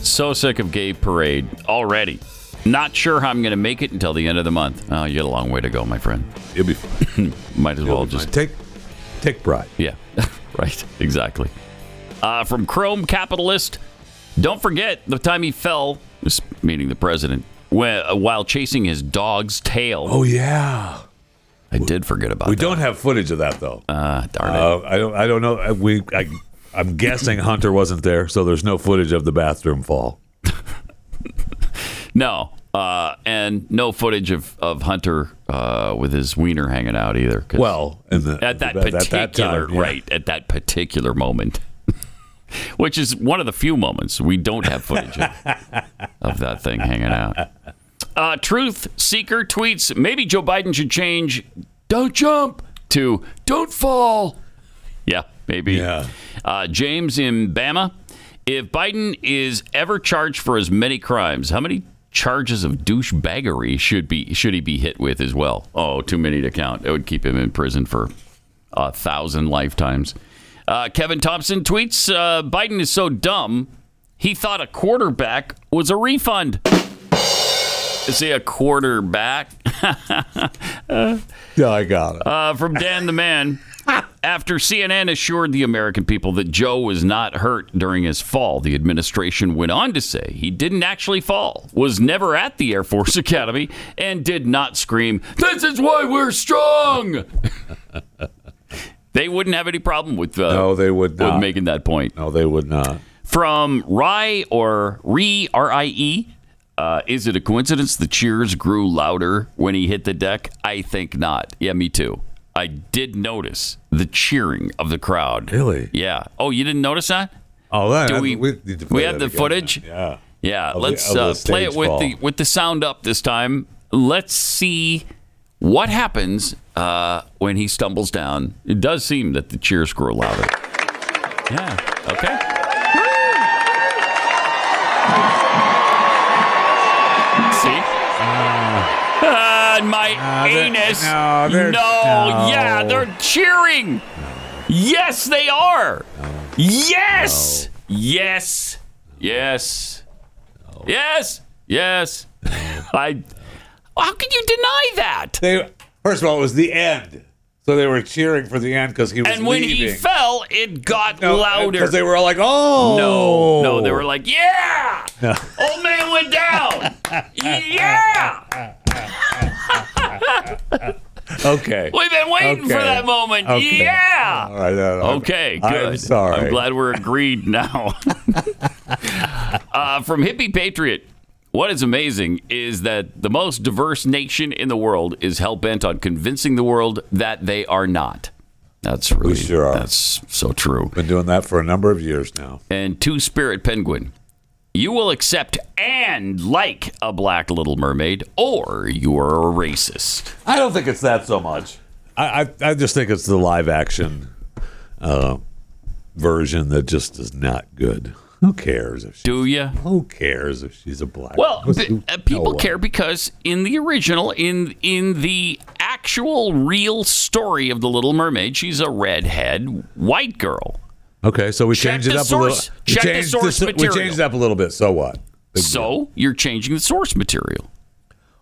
S3: So sick of gay parade already. Not sure how I'm going to make it until the end of the month. Oh, you got a long way to go, my friend.
S4: You'll be fine.
S3: Might as well
S4: You'll be
S3: just
S4: fine. take take pride.
S3: yeah, right, exactly. Uh, from Chrome Capitalist, don't forget the time he fell, this meaning the president, wh- while chasing his dog's tail.
S4: Oh yeah.
S3: I did forget about
S4: We
S3: that.
S4: don't have footage of that though.
S3: Ah, darn it.
S4: Uh, I don't. I don't know. I- We. I, I'm guessing Hunter wasn't there, so there's no footage of the bathroom fall.
S3: No, uh, and no footage of, of Hunter uh, with his wiener hanging out either. 'cause
S4: Well, in the,
S3: at that
S4: at
S3: particular
S4: time, yeah.
S3: right at that particular moment which is one of the few moments we don't have footage of, of that thing hanging out uh, truth seeker tweets maybe joe biden should change don't jump to don't fall yeah maybe
S4: Yeah.
S3: uh, james in bama if biden is ever charged for as many crimes how many charges of douchebaggery should be should he be hit with as well oh too many to count it would keep him in prison for a thousand lifetimes. Uh, Kevin Thompson tweets uh, Biden is so dumb, he thought a quarterback was a refund. Is he a quarterback?
S4: Yeah, I got it.
S3: Uh, from Dan the Man. After CNN assured the American people that Joe was not hurt during his fall, the administration went on to say he didn't actually fall, was never at the Air Force Academy, and did not scream, This is why we're strong! they wouldn't have any problem with, uh,
S4: no, they would
S3: with
S4: not.
S3: making that point
S4: no, they would not.
S3: from Rye or Re R I E. Uh, is it a coincidence the cheers grew louder when he hit the deck? I think not. Yeah, me too. I did notice the cheering of the crowd.
S4: Really?
S3: Yeah. Oh, you didn't notice that?
S4: Oh, that,
S3: Do we-
S4: need
S3: we
S4: to play
S3: have
S4: that
S3: the
S4: again.
S3: footage?
S4: Yeah.
S3: Yeah.
S4: Of the-
S3: let's
S4: of the
S3: uh, play it
S4: stage
S3: with
S4: ball.
S3: the with the sound up this time. Let's see what happens uh, when he stumbles down. It does seem that the cheers grow louder. Yeah. Okay. See? Ah, my
S4: No, they're-
S3: anus.
S4: no, they're- no.
S3: yeah, they're cheering. Yes, they are. Yes. Yes. Yes. Yes. Yes. I. How can you deny that?
S4: They first of all, it was the end, so they were cheering for the end because he was
S3: And when
S4: leaving.
S3: he fell, it got louder.
S4: because they Oh. were all like, "Oh
S3: No, no, they were like, yeah, old man went down, yeah.
S4: okay."
S3: We've been waiting for
S4: Okay.
S3: that moment,
S4: Okay.
S3: yeah.
S4: All right, no, no,
S3: Okay,
S4: I'm
S3: good.
S4: sorry.
S3: I'm glad we're agreed now. uh, from Hippie Patriot, what is amazing is that the most diverse nation in the world is hell bent on convincing the world that they are not. That's really
S4: sure are.
S3: that's so true.
S4: Been doing that for a number of years now.
S3: and Two Spirit Penguin. You will accept and like a black Little Mermaid, or you are a racist.
S4: I don't think it's that so much. I I, I just think it's the live action uh, version that just is not good. Who cares if she,
S3: Do you?
S4: who cares if she's a black?
S3: Well,
S4: who-
S3: b-
S4: who-
S3: uh, people
S4: no one.
S3: care because in the original, in in the actual real story of the Little Mermaid, she's a redhead white girl.
S4: Okay, so we
S3: Check
S4: changed it
S3: the
S4: up
S3: source.
S4: a little. We
S3: Check the
S4: changed
S3: source
S4: so-
S3: material.
S4: We changed it up a little bit. So what?
S3: So you're changing the source material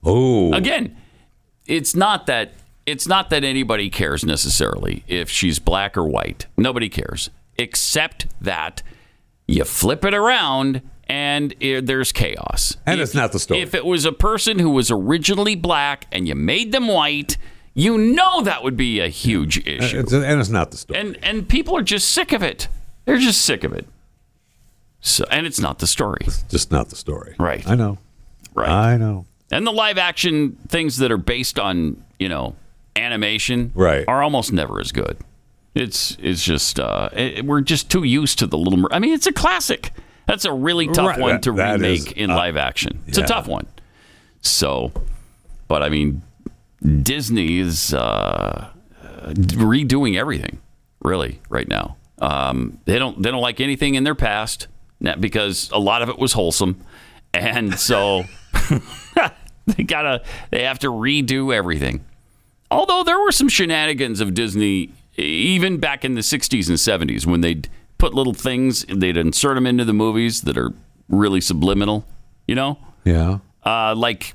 S4: Oh,
S3: again. It's not that it's not that anybody cares necessarily if she's black or white. Nobody cares except that you flip it around and eh, there's chaos.
S4: and it's not the story. Uh,
S3: If it was a person who was originally black and you made them white, you know that would be a huge issue.
S4: It's- and it's not the story.
S3: And and people are just sick of it. They're just sick of it. So and it's not the story.
S4: just not the story.
S3: Right.
S4: I know.
S3: Right.
S4: I know.
S3: and the live action things that are based on, you know, animation
S4: Right.
S3: are almost never as good. It's it's just uh, it, we're just too used to the little Mer- I mean, it's a classic. That's a really tough
S4: Right,
S3: one
S4: that-
S3: to
S4: that
S3: remake
S4: is,
S3: in
S4: uh,
S3: live action. It's a
S4: yeah.
S3: tough one. So, but I mean, Disney is uh, redoing everything really right now. Um, they don't they don't like anything in their past na- because a lot of it was wholesome, and so They gotta they have to redo everything. Although there were some shenanigans of Disney even back in the 60s and 70s when they'd put little things they'd insert them into the movies that are really subliminal, you know?
S4: Yeah.
S3: Uh, like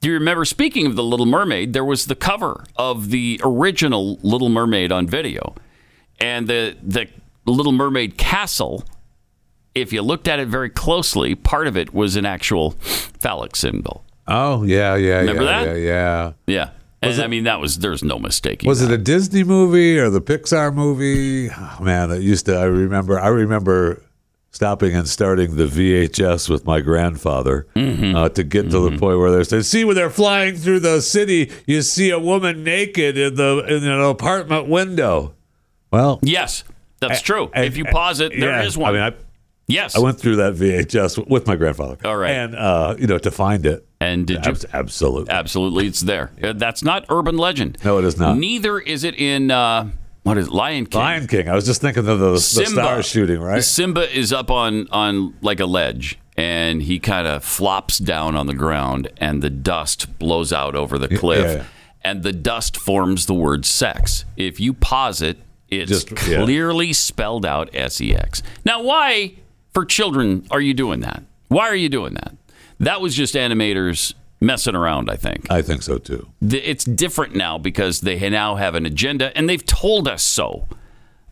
S3: do you remember speaking of the Little Mermaid, there was the cover of the original Little Mermaid on video. And the the Little Mermaid castle if you looked at it very closely, part of it was an actual phallic symbol.
S4: Oh yeah, yeah,
S3: Remember
S4: yeah,
S3: that?
S4: yeah, yeah.
S3: Yeah. And I mean, that was, there's no mistaking.
S4: Was
S3: that.
S4: it a Disney movie or the Pixar movie? Oh, man, that used to. I remember. I remember stopping and starting the VHS with my grandfather
S3: Mm-hmm.
S4: uh, to get to the point where they said, "See, when they're flying through the city, you see a woman naked in the in an apartment window." Well,
S3: Yes, that's true.
S4: and-
S3: if you pause it, there is
S4: yeah,
S3: one.
S4: I mean, I,
S3: yes.
S4: I went through that VHS with my grandfather.
S3: All right.
S4: and uh, you know to find it,
S3: and did you?
S4: abs- absolutely.
S3: Absolutely, it's there. Uh, That's not urban legend.
S4: No, it is not.
S3: Neither is it in, uh, what is it, Lion King?
S4: Lion King. I was just thinking of the, the star shooting, right?
S3: Simba is up on on like a ledge, and he kind of flops down on the ground, and the dust blows out over the cliff,
S4: yeah.
S3: and the dust forms the word sex. If you pause it, it's
S4: Just- yeah.
S3: clearly spelled out S E X. Now, why for children are you doing that? Why are you doing that? That was just animators messing around, I think
S4: I think so too.
S3: th- it's different now because they ha- now have an agenda and they've told us so.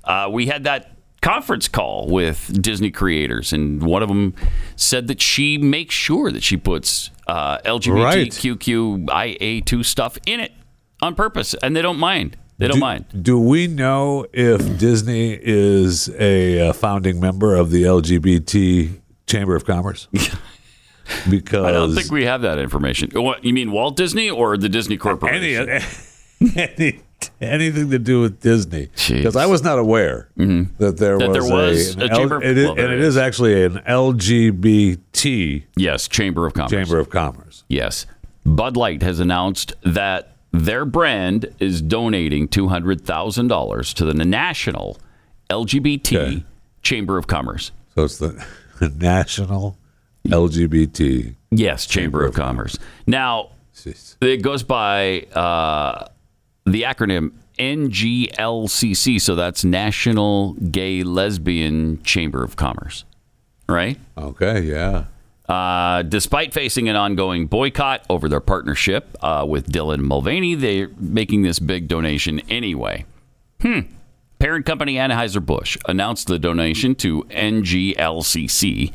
S3: Uh, we had that conference call with Disney creators, and one of them said that she makes sure that she puts uh, LGBTQIA2 stuff in it on purpose, and they don't mind. They don't
S4: do,
S3: mind.
S4: Do we know if Disney is a uh, founding member of the LGBT Chamber of Commerce? Because
S3: I don't think we have that information. What, you mean Walt Disney or the Disney Corporation?
S4: any, any anything to do with Disney
S3: Jeez. Mm-hmm.
S4: because I was not aware that there
S3: That there
S4: was,
S3: was
S4: an
S3: a chamber of-
S4: it is-
S3: well, there
S4: and it
S3: is.
S4: is actually an LGBT
S3: yes, Chamber of Commerce.
S4: Chamber of Commerce.
S3: Yes. Bud Light has announced that their brand is donating $200,000 to the National LGBT
S4: Okay.
S3: Chamber of Commerce.
S4: So it's the National LGBT.
S3: Yes, Chamber, of, Commerce. Now,
S4: Jeez.
S3: it goes by uh, the acronym NGLCC, so that's National Gay Lesbian Chamber of Commerce, right?
S4: Okay, yeah.
S3: Uh, despite facing an ongoing boycott over their partnership uh, with Dylan Mulvaney, they're making this big donation anyway. Hmm. Parent company Anheuser-Busch announced the donation to NGLCC,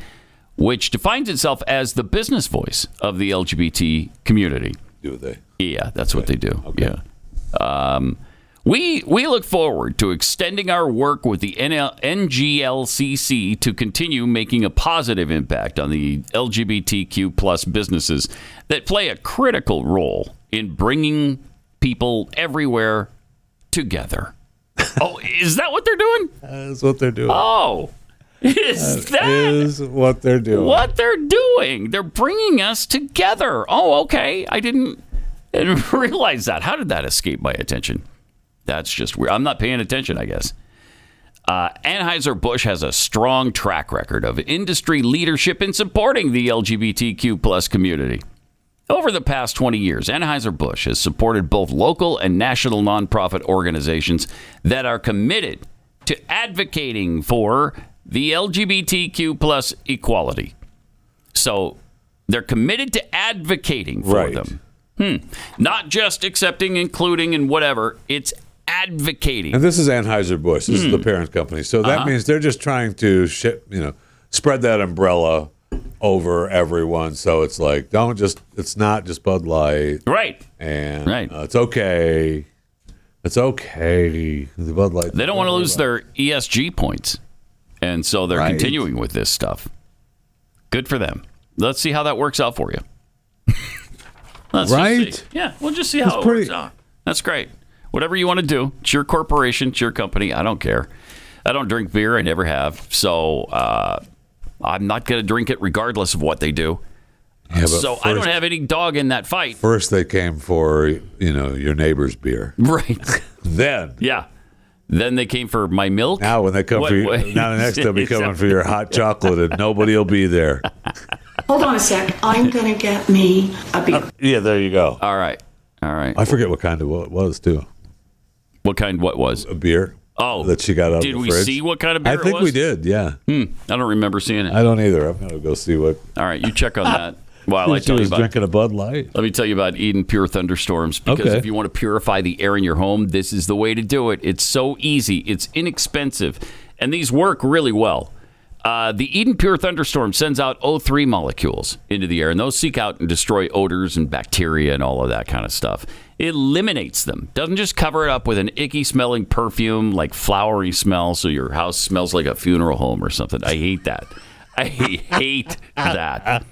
S3: which defines itself as the business voice of the LGBT community.
S4: Do they?
S3: Yeah, that's what they do. Yeah. Um, we we look forward to extending our work with the NL- NGLCC to continue making a positive impact on the LGBTQ plus businesses that play a critical role in bringing people everywhere together. oh, is that what they're doing?
S4: That's what they're doing.
S3: Oh, is that
S4: is what they're doing.
S3: what they're doing. They're bringing us together. Oh, okay. I didn't, I didn't realize that. How did that escape my attention? That's just weird. I'm not paying attention, I guess. Uh, Anheuser-Busch has a strong track record of industry leadership in supporting the LGBTQ plus community. Over the past 20 years, Anheuser-Busch has supported both local and national nonprofit organizations that are committed to advocating for the LGBTQ plus equality. So they're committed to advocating for
S4: Right.
S3: them. Hmm. Not just accepting, including, and whatever. It's advocating.
S4: And this is Anheuser Busch. This
S3: Hmm.
S4: is the parent company. So
S3: Uh-huh.
S4: that means they're just trying to ship, you know, spread that umbrella over everyone. So it's like, don't just. It's not just Bud Light,
S3: Right.
S4: and
S3: Right.
S4: uh, it's okay. It's okay. The Bud Light.
S3: They don't want to lose their ESG points. And so they're
S4: Right.
S3: continuing with this stuff. Good for them. Let's see how that works out for you. Let's just
S4: Right?
S3: see. Yeah, we'll just see how it
S4: pretty-
S3: works out. That's great. Whatever you want to do, it's your corporation, it's your company. I don't care. I don't drink beer. I never have. So uh, I'm not going to drink it regardless of what they do.
S4: Yeah, but
S3: So I don't have any dog in that fight.
S4: First, they came for you know your neighbor's beer.
S3: Right.
S4: Then
S3: yeah. Then they came for my milk.
S4: now, when they come
S3: What-
S4: for you,
S3: what-
S4: now the next they'll be coming for your hot chocolate, and nobody will be there.
S7: Hold on a sec. I'm gonna get me a beer.
S4: Yeah, there you go.
S3: All right. All right.
S4: I forget what kind of what it was too.
S3: What kind? What was?
S4: A beer.
S3: Oh,
S4: that she got out.
S3: Did
S4: of the
S3: we
S4: fridge.
S3: see what kind of beer
S4: I
S3: it
S4: think we
S3: was?
S4: did. Yeah.
S3: I don't remember seeing it.
S4: I don't either. I'm gonna go see what
S3: All right, you check on that. While I
S4: she
S3: tell you
S4: was
S3: about.
S4: drinking. A Bud Light.
S3: Let me tell you about Eden Pure Thunderstorms because
S4: Okay.
S3: if you want to purify the air in your home, this is the way to do it. It's so easy, it's inexpensive, and these work really well. Uh, the Eden Pure Thunderstorm sends out O3 molecules into the air, and those seek out and destroy odors and bacteria and all of that kind of stuff. It eliminates them, doesn't just cover it up with an icky smelling perfume like flowery smell, so your house smells like a funeral home or something. I hate that. I hate that.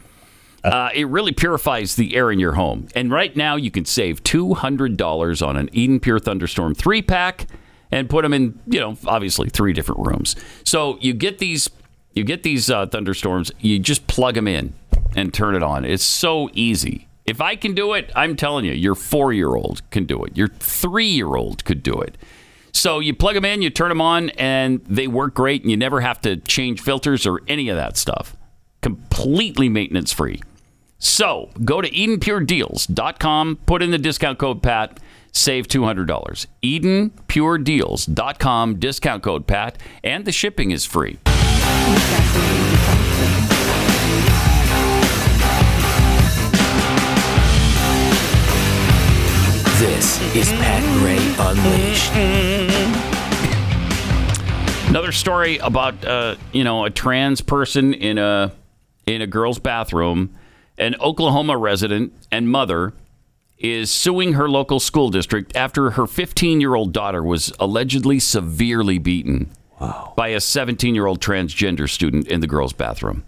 S3: Uh, it really purifies the air in your home. And right now, you can save $200 on an Eden Pure Thunderstorm three pack and put them in, you know, obviously three different rooms. So you get these, you get these uh, thunderstorms, you just plug them in and turn it on. It's so easy. If I can do it, I'm telling you, your four year old can do it, your three year old could do it. So you plug them in, you turn them on, and they work great, and you never have to change filters or any of that stuff. Completely maintenance free. So go to EdenPureDeals.com, put in the discount code Pat, save $200. EdenPureDeals.com, discount code Pat, and the shipping is free.
S6: This is Pat Gray Unleashed.
S3: Another story about uh, you know a trans person in a in a girl's bathroom. An Oklahoma resident and mother is suing her local school district after her 15-year-old daughter was allegedly severely beaten by a 17-year-old transgender student in the girl's bathroom.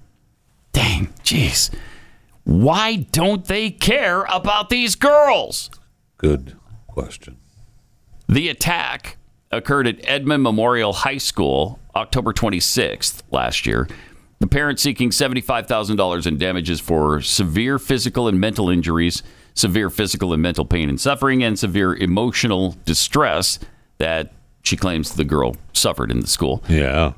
S3: Dang, jeez. Why don't they care about these girls?
S4: Good question.
S3: The attack occurred at Edmond Memorial High School October 26th last year. The parent seeking $75,000 in damages for severe physical and mental injuries, severe physical and mental pain and suffering, and severe emotional distress that she claims the girl suffered in the school.
S4: Yeah.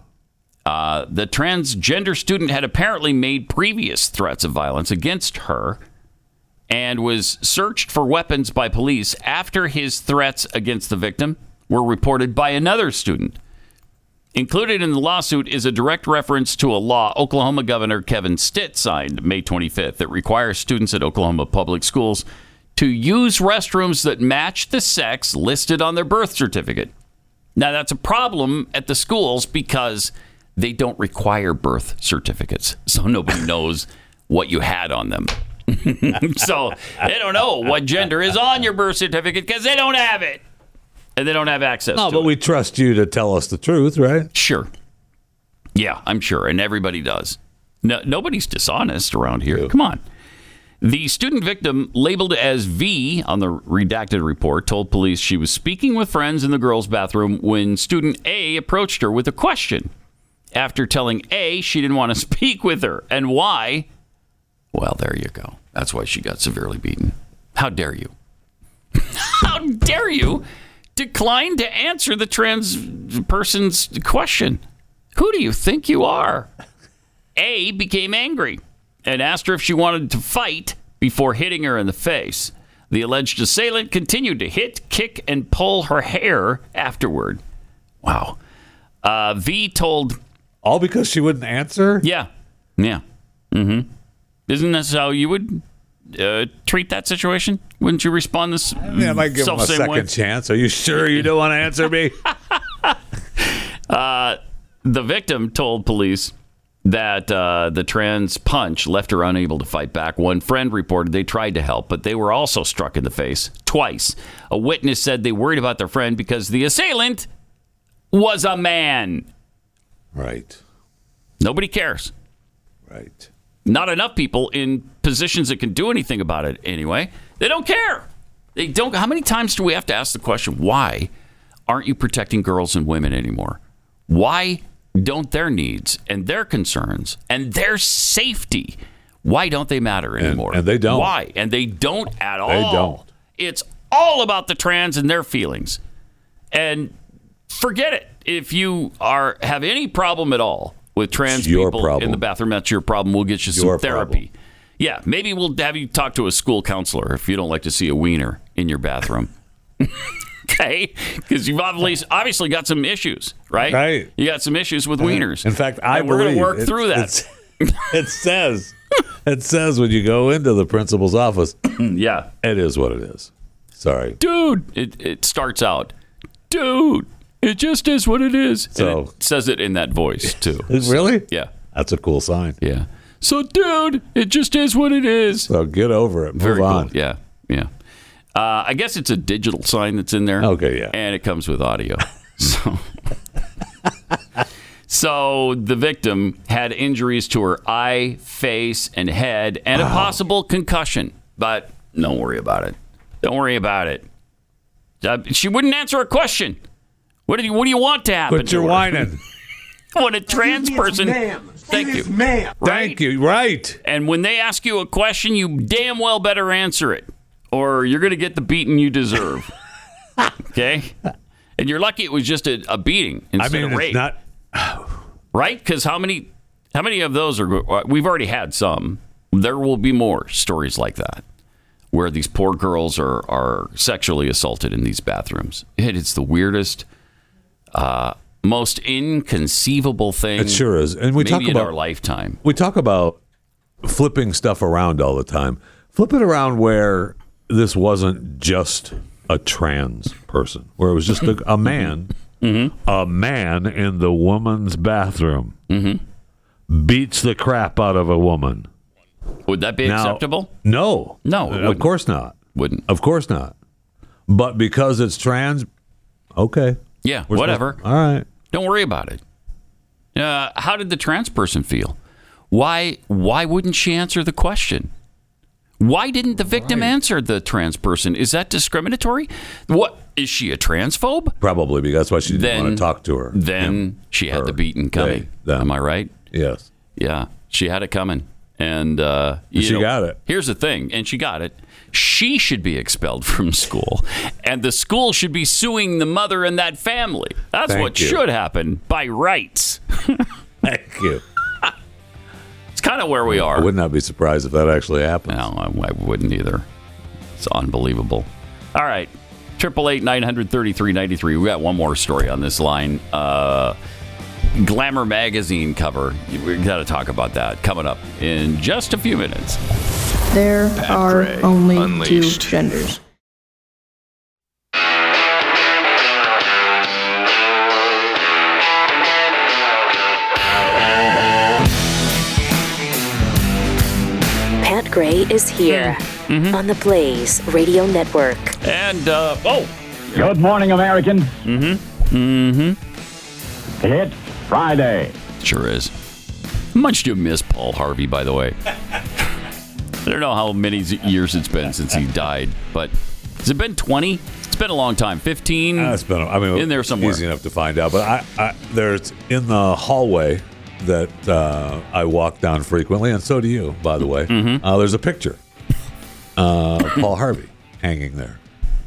S3: Uh, the transgender student had apparently made previous threats of violence against her and was searched for weapons by police after his threats against the victim were reported by another student. Included in the lawsuit is a direct reference to a law Oklahoma Governor Kevin Stitt signed May 25th that requires students at Oklahoma public schools to use restrooms that match the sex listed on their birth certificate. Now, that's a problem at the schools because they don't require birth certificates. So nobody knows what you had on them. so they don't know what gender is on your birth certificate because they don't have it. And they don't have access
S4: No,
S3: to
S4: Oh,
S3: it.
S4: but we trust you to tell us the truth, right?
S3: Sure. Yeah, I'm sure, and everybody does. No, nobody's dishonest around here. Come on. The student victim, labeled as V on the redacted report, told police she was speaking with friends in the girls' bathroom when student A approached her with a question. After telling A she didn't want to speak with her and why, well, there you go. That's why she got severely beaten. How dare you? How dare you decline to answer the trans person's question? Who do you think you are? A became angry and asked her if she wanted to fight before hitting her in the face. The alleged assailant continued to hit, kick, and pull her hair afterward. Wow. Uh, v told
S4: All because she wouldn't answer.
S3: yeah. Yeah. Mm-hmm. Isn't this how you would uh, treat that situation? Wouldn't you respond this
S4: Yeah, I might give him a
S3: self-same
S4: second
S3: way?
S4: chance. Are you sure you don't want to answer me?
S3: The victim told police that uh, the trans punch left her unable to fight back. One friend reported they tried to help, but they were also struck in the face twice. A witness said they worried about their friend because the assailant was a man.
S4: right.
S3: Nobody cares.
S4: Right.
S3: not enough people in positions that can do anything about it anyway. They don't care. They don't. How many times do we have to ask the question, why aren't you protecting girls and women anymore? Why don't their needs and their concerns and their safety, why don't they matter anymore?
S4: and they don't.
S3: Why? And they don't at all.
S4: don't.
S3: It's all about the trans and their feelings. And forget it. If you are have any problem at all with trans
S4: It's your
S3: people in
S4: problem.
S3: the bathroom, that's your problem. We'll get you some
S4: Your
S3: therapy. Yeah, maybe we'll have you talk to a school counselor if you don't like to see a wiener in your bathroom. okay, because you've obviously obviously got some issues, right?
S4: Right. Uh-huh.
S3: You got some issues with wieners.
S4: In fact, I
S3: And we're gonna
S4: believe
S3: work
S4: it-
S3: through that.
S4: it's- It says, it says when you go into the principal's office,
S3: Yeah,
S4: it is what it is. Sorry.
S3: dude. It it starts out, dude. It just is what it is. And
S4: So-
S3: it says it in that voice too.
S4: Really?
S3: Yeah,
S4: That's a cool sign.
S3: yeah. So, dude, it just is what it is.
S4: So get over it. Move
S3: Very
S4: on.
S3: cool. Yeah, yeah. Uh, I guess it's a digital sign that's in there.
S4: Okay, yeah.
S3: And it comes with audio. so, so the victim had injuries to her eye, face, and head, and a possible concussion. But don't worry about it. Don't worry about it. Uh, she wouldn't answer a question. What do you What do you want to happen?
S4: But you're
S3: to her?
S4: whining.
S3: When a trans person. Thank you.
S4: Thank you. Right.
S3: And when they ask you a question, you damn well better answer it, or you're going to get the beating you deserve. okay? And you're lucky it was just a, a beating
S4: I
S3: instead
S4: mean,
S3: of
S4: it's
S3: rape,
S4: not.
S3: right? Because how many how many of those are uh, we've already had some. There will be more stories like that where these poor girls are are sexually assaulted in these bathrooms. It is the weirdest, uh, most inconceivable thing.
S4: It sure is. And we
S3: maybe
S4: talk
S3: in
S4: about
S3: our lifetime.
S4: we talk about flipping stuff around all the time. Flip it around where this wasn't just a trans person, where it was just a,
S3: Mm-hmm.
S4: a man, a man in the woman's bathroom
S3: Mm-hmm.
S4: beats the crap out of a woman.
S3: Would that be
S4: Now-
S3: acceptable?
S4: No,
S3: No, it
S4: of
S3: wouldn't.
S4: course not.
S3: Wouldn't.
S4: Of course not. But because it's trans, okay,
S3: Yeah,
S4: We're supposed-
S3: whatever.
S4: all right.
S3: Don't worry about it. Uh, how did the trans person feel? Why why wouldn't she answer the question? Why didn't the victim answer the trans person? Is that discriminatory? What is she a transphobe?
S4: Probably because that's why she didn't
S3: Then-
S4: want to talk to her.
S3: Then she had
S4: her,
S3: the beating coming.
S4: they, them.
S3: Am I right?
S4: yes.
S3: Yeah, she had it coming, and uh, you
S4: she got it.
S3: Here's the thing, and she got it. She should be expelled from school, and the school should be suing the mother and that family. That's
S4: Thank
S3: what
S4: you.
S3: should happen by rights.
S4: Thank you.
S3: It's kind of where we are.
S4: I would not be surprised if that actually happened.
S3: No, I, I wouldn't either. It's unbelievable. All right. Triple eight nine hundred thirty three ninety three. We got one more story on this line. Uh, Glamour magazine cover. We got to talk about that coming up in just a few minutes.
S8: There are only two genders.
S1: Pat Gray is here on the Blaze Radio Network.
S3: And uh, oh,
S2: Good morning, American. Mm-hmm. Mm-hmm. It's Friday.
S3: Sure is. How much do you miss Paul Harvey, by the way? I don't know how many z- years it's been since he died, but has it been 20? It's been a long time. 15?
S4: Uh, It's been, I mean,
S3: In there somewhere.
S4: Easy enough to find out. But I, I there's in the hallway that uh, I walk down frequently, and so do you, by the way.
S3: Mm-hmm.
S4: Uh, there's a picture uh, of Paul Harvey hanging there.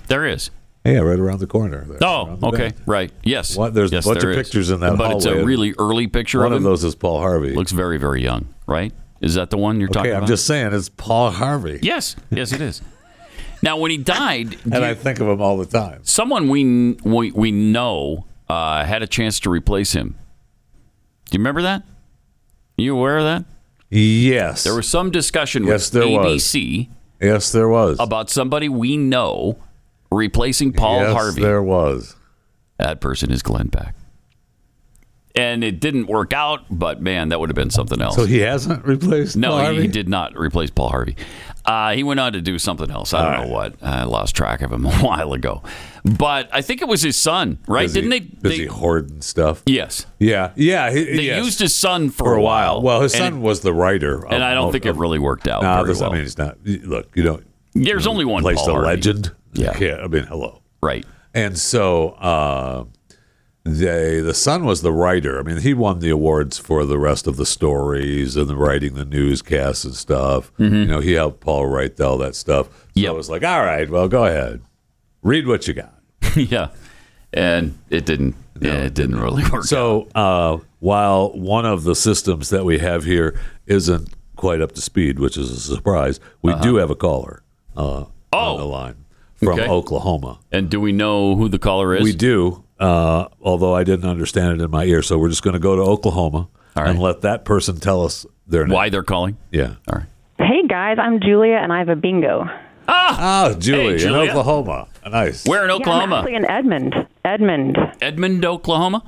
S3: there is.
S4: Yeah, right around the corner. There,
S3: Oh,
S4: around the
S3: okay.
S4: bend.
S3: Right. Yes.
S4: What- there's a
S3: yes,
S4: bunch of
S3: there is.
S4: pictures in that
S3: But it's a
S4: hallway.
S3: really early picture
S4: One
S3: of
S4: of
S3: him.
S4: those is Paul Harvey.
S3: Looks very, very young, right? Is that the one you're talking
S4: okay, I'm
S3: about?
S4: just saying it's Paul Harvey.
S3: Yes. Yes, it is. Now, when he died, do
S4: And
S3: you-
S4: I think of him all the time.
S3: someone we we, we know uh, had a chance to replace him. Do you remember that? You aware of that?
S4: Yes.
S3: There was some discussion
S4: Yes,
S3: with
S4: there was.
S3: ABC
S4: yes, there was.
S3: about somebody we know replacing Paul
S4: yes,
S3: Harvey.
S4: there was.
S3: That person is Glenn Beck. And it didn't work out, but man, that would have been something else.
S4: So he hasn't replaced
S3: no,
S4: Paul
S3: he-
S4: Harvey?
S3: he did not replace Paul Harvey. Uh, he went on to do something else. I don't know what. I lost track of him a while ago. But I think it was his son, right?
S4: Busy-
S3: Didn't they?
S4: Busy
S3: they
S4: hoarding stuff.
S3: yes.
S4: Yeah, yeah. He,
S3: They
S4: yes.
S3: used his son for,
S4: for a while. Well, his
S3: And
S4: son was the writer, of-
S3: and I don't
S4: of-
S3: think it
S4: of-
S3: really worked out.
S4: Nah,
S3: very
S4: this-
S3: well.
S4: I mean, it's not. you- Look, you don't
S3: There's only one
S4: place
S3: Paul
S4: the
S3: Harvey.
S4: legend.
S3: Yeah.
S4: yeah. I mean, hello.
S3: right?
S4: And so uh, they, the son was the writer. I mean, he won the awards for the rest of the stories and the writing the newscasts and stuff. You know, he helped Paul write all that stuff. So
S3: Mm-hmm. Yep.
S4: I was like, all right, well, go ahead, read what you got.
S3: yeah, and it didn't. yeah, it didn't really work.
S4: So uh, while one of the systems that we have here isn't quite up to speed, which is a surprise. We
S3: Uh-huh.
S4: do have a caller uh, on the line from
S3: Oh. Okay.
S4: Oklahoma.
S3: And do we know who the caller is?
S4: We do, uh, although I didn't understand it in my ear. So we're just going to go to Oklahoma
S3: right.
S4: and let that person tell us their name.
S3: Why they're calling?
S4: Yeah.
S3: All right.
S9: Hey guys, I'm Julia and I have a bingo.
S4: Ah, Julie, in
S3: Julia.
S4: Oklahoma. Nice.
S3: We're in
S9: Yeah, I'm
S3: Oklahoma.
S9: actually in Edmond. Edmond.
S3: Edmond, Oklahoma.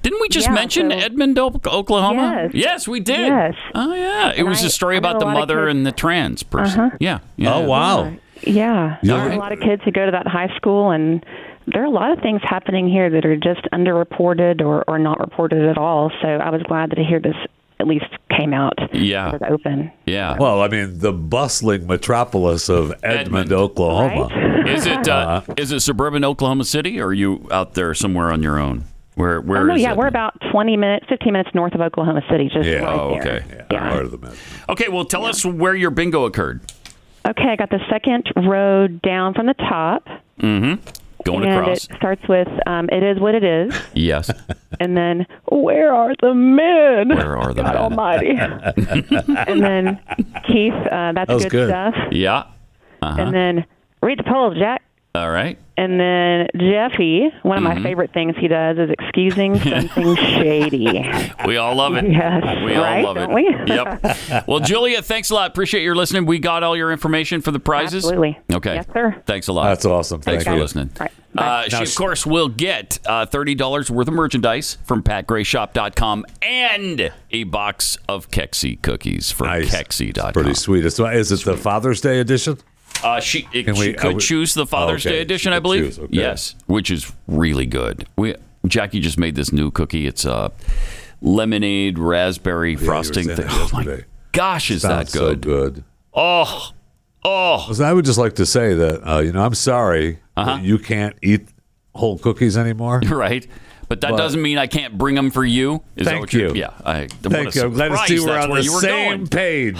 S3: Didn't we just
S9: Yeah,
S3: mention
S9: so-
S3: Edmond, O- Oklahoma?
S9: Yes.
S3: we did.
S9: Yes.
S3: Oh yeah, it was
S9: I-
S3: a story
S9: I know
S3: about
S9: a
S3: the
S9: lot of
S3: mother
S9: kids- Uh-huh.
S3: and the trans person. Yeah, yeah.
S4: Oh, wow.
S9: Yeah.
S4: Yeah,
S9: There's
S4: we-
S9: a lot of kids who go to that high school and there are a lot of things happening here that are just underreported or, or not reported at all. So I was glad that to hear this at least came out.
S3: Yeah.
S9: Was open.
S3: Yeah.
S4: Well, I mean, the bustling metropolis of Edmond,
S3: Edmond.
S4: Oklahoma.
S3: is it uh,
S4: Uh-huh.
S3: is it suburban Oklahoma City, or are you out there somewhere on your own? Where where
S9: Oh, no,
S3: is
S9: yeah,
S3: it?
S9: we're about 20 minutes, 15 minutes north of Oklahoma City. Just
S4: Yeah.
S9: right
S3: Oh,
S9: there.
S3: okay.
S4: Yeah,
S9: Yeah.
S4: part of the mess.
S3: Okay, well, tell us where your bingo occurred.
S9: Okay, I got the second road down from the top,
S3: Going
S9: and
S3: across.
S9: it starts with um, "It is what it is,"
S3: yes.
S9: and then "Where are the men?"
S3: Where are the
S9: God
S3: men?
S9: Almighty. and then Keith, uh, that's
S4: was
S9: good,
S4: good.
S9: stuff.
S3: Yeah. Uh-huh.
S9: And then read the poll, Jack.
S3: All right.
S9: And then Jeffy, one of
S3: Mm-hmm.
S9: my favorite things he does is excusing something shady.
S3: We all love it.
S9: Yes,
S3: We
S9: right?
S3: all love it.
S9: Don't we?
S3: yep. Well, Julia, thanks a lot. Appreciate your listening. We got all your information for the prizes.
S9: Absolutely.
S3: Okay.
S9: Yes, sir.
S3: Thanks a lot.
S4: That's awesome.
S3: Thanks
S4: Thank
S3: for
S4: you.
S3: listening.
S9: All right. Bye.
S3: Uh, she, of course, will get uh, $30 worth of merchandise from patgrayshop.com and a box of Kexi cookies from
S4: Nice.
S3: Kexi.com.
S4: Pretty sweet. It's, is it the Father's Day edition?
S3: Uh, she it,
S4: Can
S3: she
S4: we-
S3: could
S4: are we-
S3: choose the Father's
S4: Oh, okay.
S3: Day edition,
S4: She
S3: I
S4: could
S3: believe.
S4: choose, okay.
S3: Yes, which is really good. We Jackie just made this new cookie. It's uh, lemonade raspberry frosting
S4: saying
S3: thing.
S4: that
S3: Oh my
S4: yesterday.
S3: gosh, is that
S4: Sounds
S3: good?
S4: so good.
S3: Oh, oh, Uh-huh.
S4: Listen, I would just like to say that, uh, you know, I'm sorry that you can't eat whole cookies anymore.
S3: right. But that doesn't mean I can't bring them for you. Is that
S4: Thank
S3: what you're,
S4: you.
S3: Yeah. I,
S4: Thank you. I'm glad to see we're on
S3: where
S4: the
S3: you were
S4: same
S3: going.
S4: page.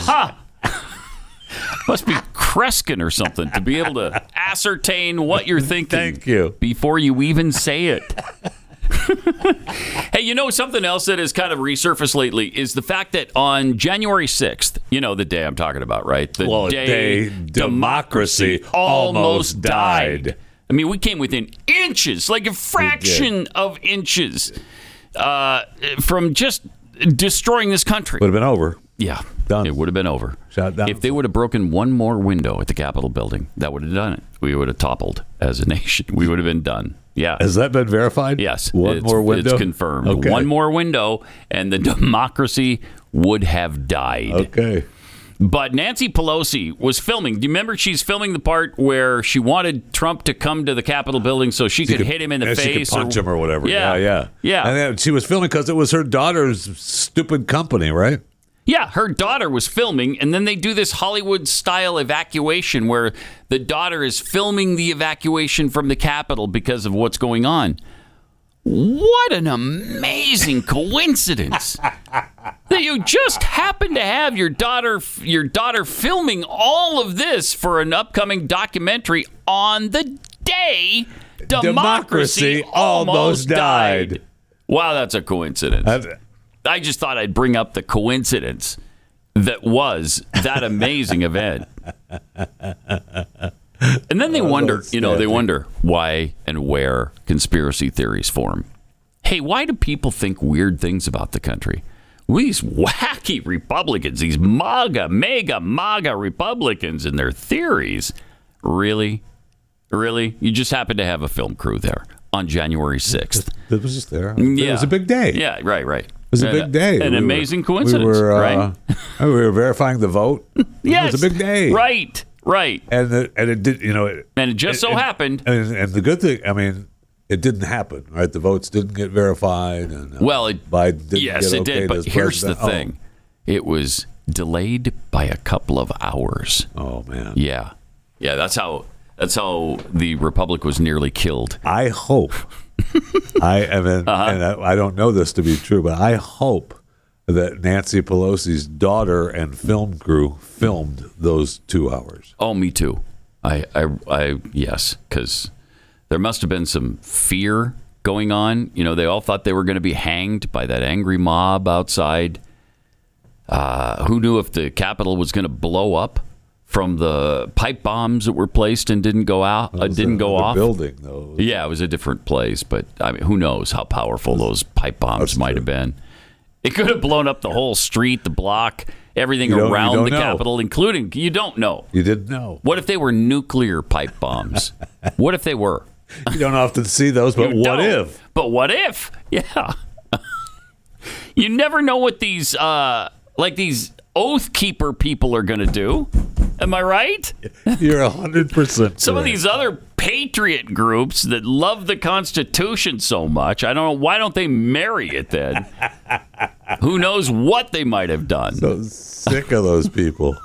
S3: Must be Kreskin or something to be able to ascertain what you're thinking.
S4: Thank you.
S3: Before you even say it. hey, you know something else that has kind of resurfaced lately is the fact that on January 6th, you know the day I'm talking about, right? The
S4: Well, day democracy almost died.
S3: I mean, we came within inches, like a fraction of inches, uh, from just destroying this country.
S4: Would have been over.
S3: Yeah,
S4: Done.
S3: It would have been over.
S4: Shut down.
S3: If they would have broken one more window at the Capitol building, that would have done it. We would have toppled as a nation. We would have been done. Yeah.
S4: Has that been verified?
S3: yes.
S4: One
S3: It's-
S4: more window.
S3: It's confirmed.
S4: Okay.
S3: One more window, and the democracy would have died.
S4: Okay.
S3: But Nancy Pelosi was filming. Do you remember she's filming the part where she wanted Trump to come to the Capitol building so she, could, hit him in the
S4: and
S3: face?
S4: She could punch him or whatever.
S3: Yeah.
S4: Yeah, yeah,
S3: Yeah.
S4: And then she was filming because it was her daughter's stupid company, right?
S3: Yeah, her daughter was filming, and then they do this Hollywood style evacuation where the daughter is filming the evacuation from the Capitol because of what's going on. What an amazing coincidence that you just happen to have your daughter your daughter filming all of this for an upcoming documentary on the day democracy,
S4: Democracy almost
S3: died.
S4: died.
S3: Wow, that's a coincidence.
S4: That-
S3: I just thought I'd bring up the coincidence that was that amazing event. And then they wonder, you know, they wonder why and where conspiracy theories form. Hey, why do people think weird things about the country? Well, these wacky Republicans, these MAGA, mega MAGA Republicans and their theories. Really? Really? You just happen to have a film crew there on January 6th.
S4: It was just there.
S3: Yeah.
S4: It was a big day.
S3: Yeah, right, right.
S4: It was a big day.
S3: An
S4: We were-
S3: amazing coincidence,
S4: we were, uh,
S3: right?
S4: We were verifying the vote.
S3: Yes.
S4: It was a big day.
S3: Right, right.
S4: And, the, and it did, you know. It,
S3: And it just so happened.
S4: And, and the good thing, I mean, it didn't happen, right? The votes didn't get verified. And, uh,
S3: well, it,
S4: Biden didn't
S3: yes,
S4: get
S3: it did.
S4: okayed
S3: But
S4: as
S3: here's the
S4: president. Oh.
S3: thing it was delayed by a couple of hours.
S4: Oh, man.
S3: Yeah. Yeah, that's how. That's how the Republic was nearly killed.
S4: I hope. I am, in,
S3: Uh-huh.
S4: and I, I don't know this to be true, but I hope that Nancy Pelosi's daughter and film crew filmed those two hours.
S3: Oh, me too. I, I, I yes, because there must have been some fear going on. You know, they all thought they were going to be hanged by that angry mob outside. Uh, who knew if the Capitol was going to blow up from the pipe bombs that were placed and didn't go out, uh, didn't go
S4: Another
S3: off?
S4: Building though.
S3: Yeah, it was a different place, but I mean, who knows how powerful those pipe bombs might have been? It could have blown up the whole street, the block, everything
S4: You don't- you
S3: around
S4: don't
S3: the
S4: know.
S3: Capitol, including you don't know.
S4: You didn't know.
S3: What if they were nuclear pipe bombs? what if they were?
S4: You don't often see those, but
S3: You
S4: what
S3: don't.
S4: if?
S3: But what if? Yeah. you never know what these uh like these oath keeper people are going to do. Am I right?
S4: You're hundred percent.
S3: Some of these other patriot groups that love the Constitution so much, I don't know why don't they marry it then? Who knows what they might have done?
S4: sick of those people.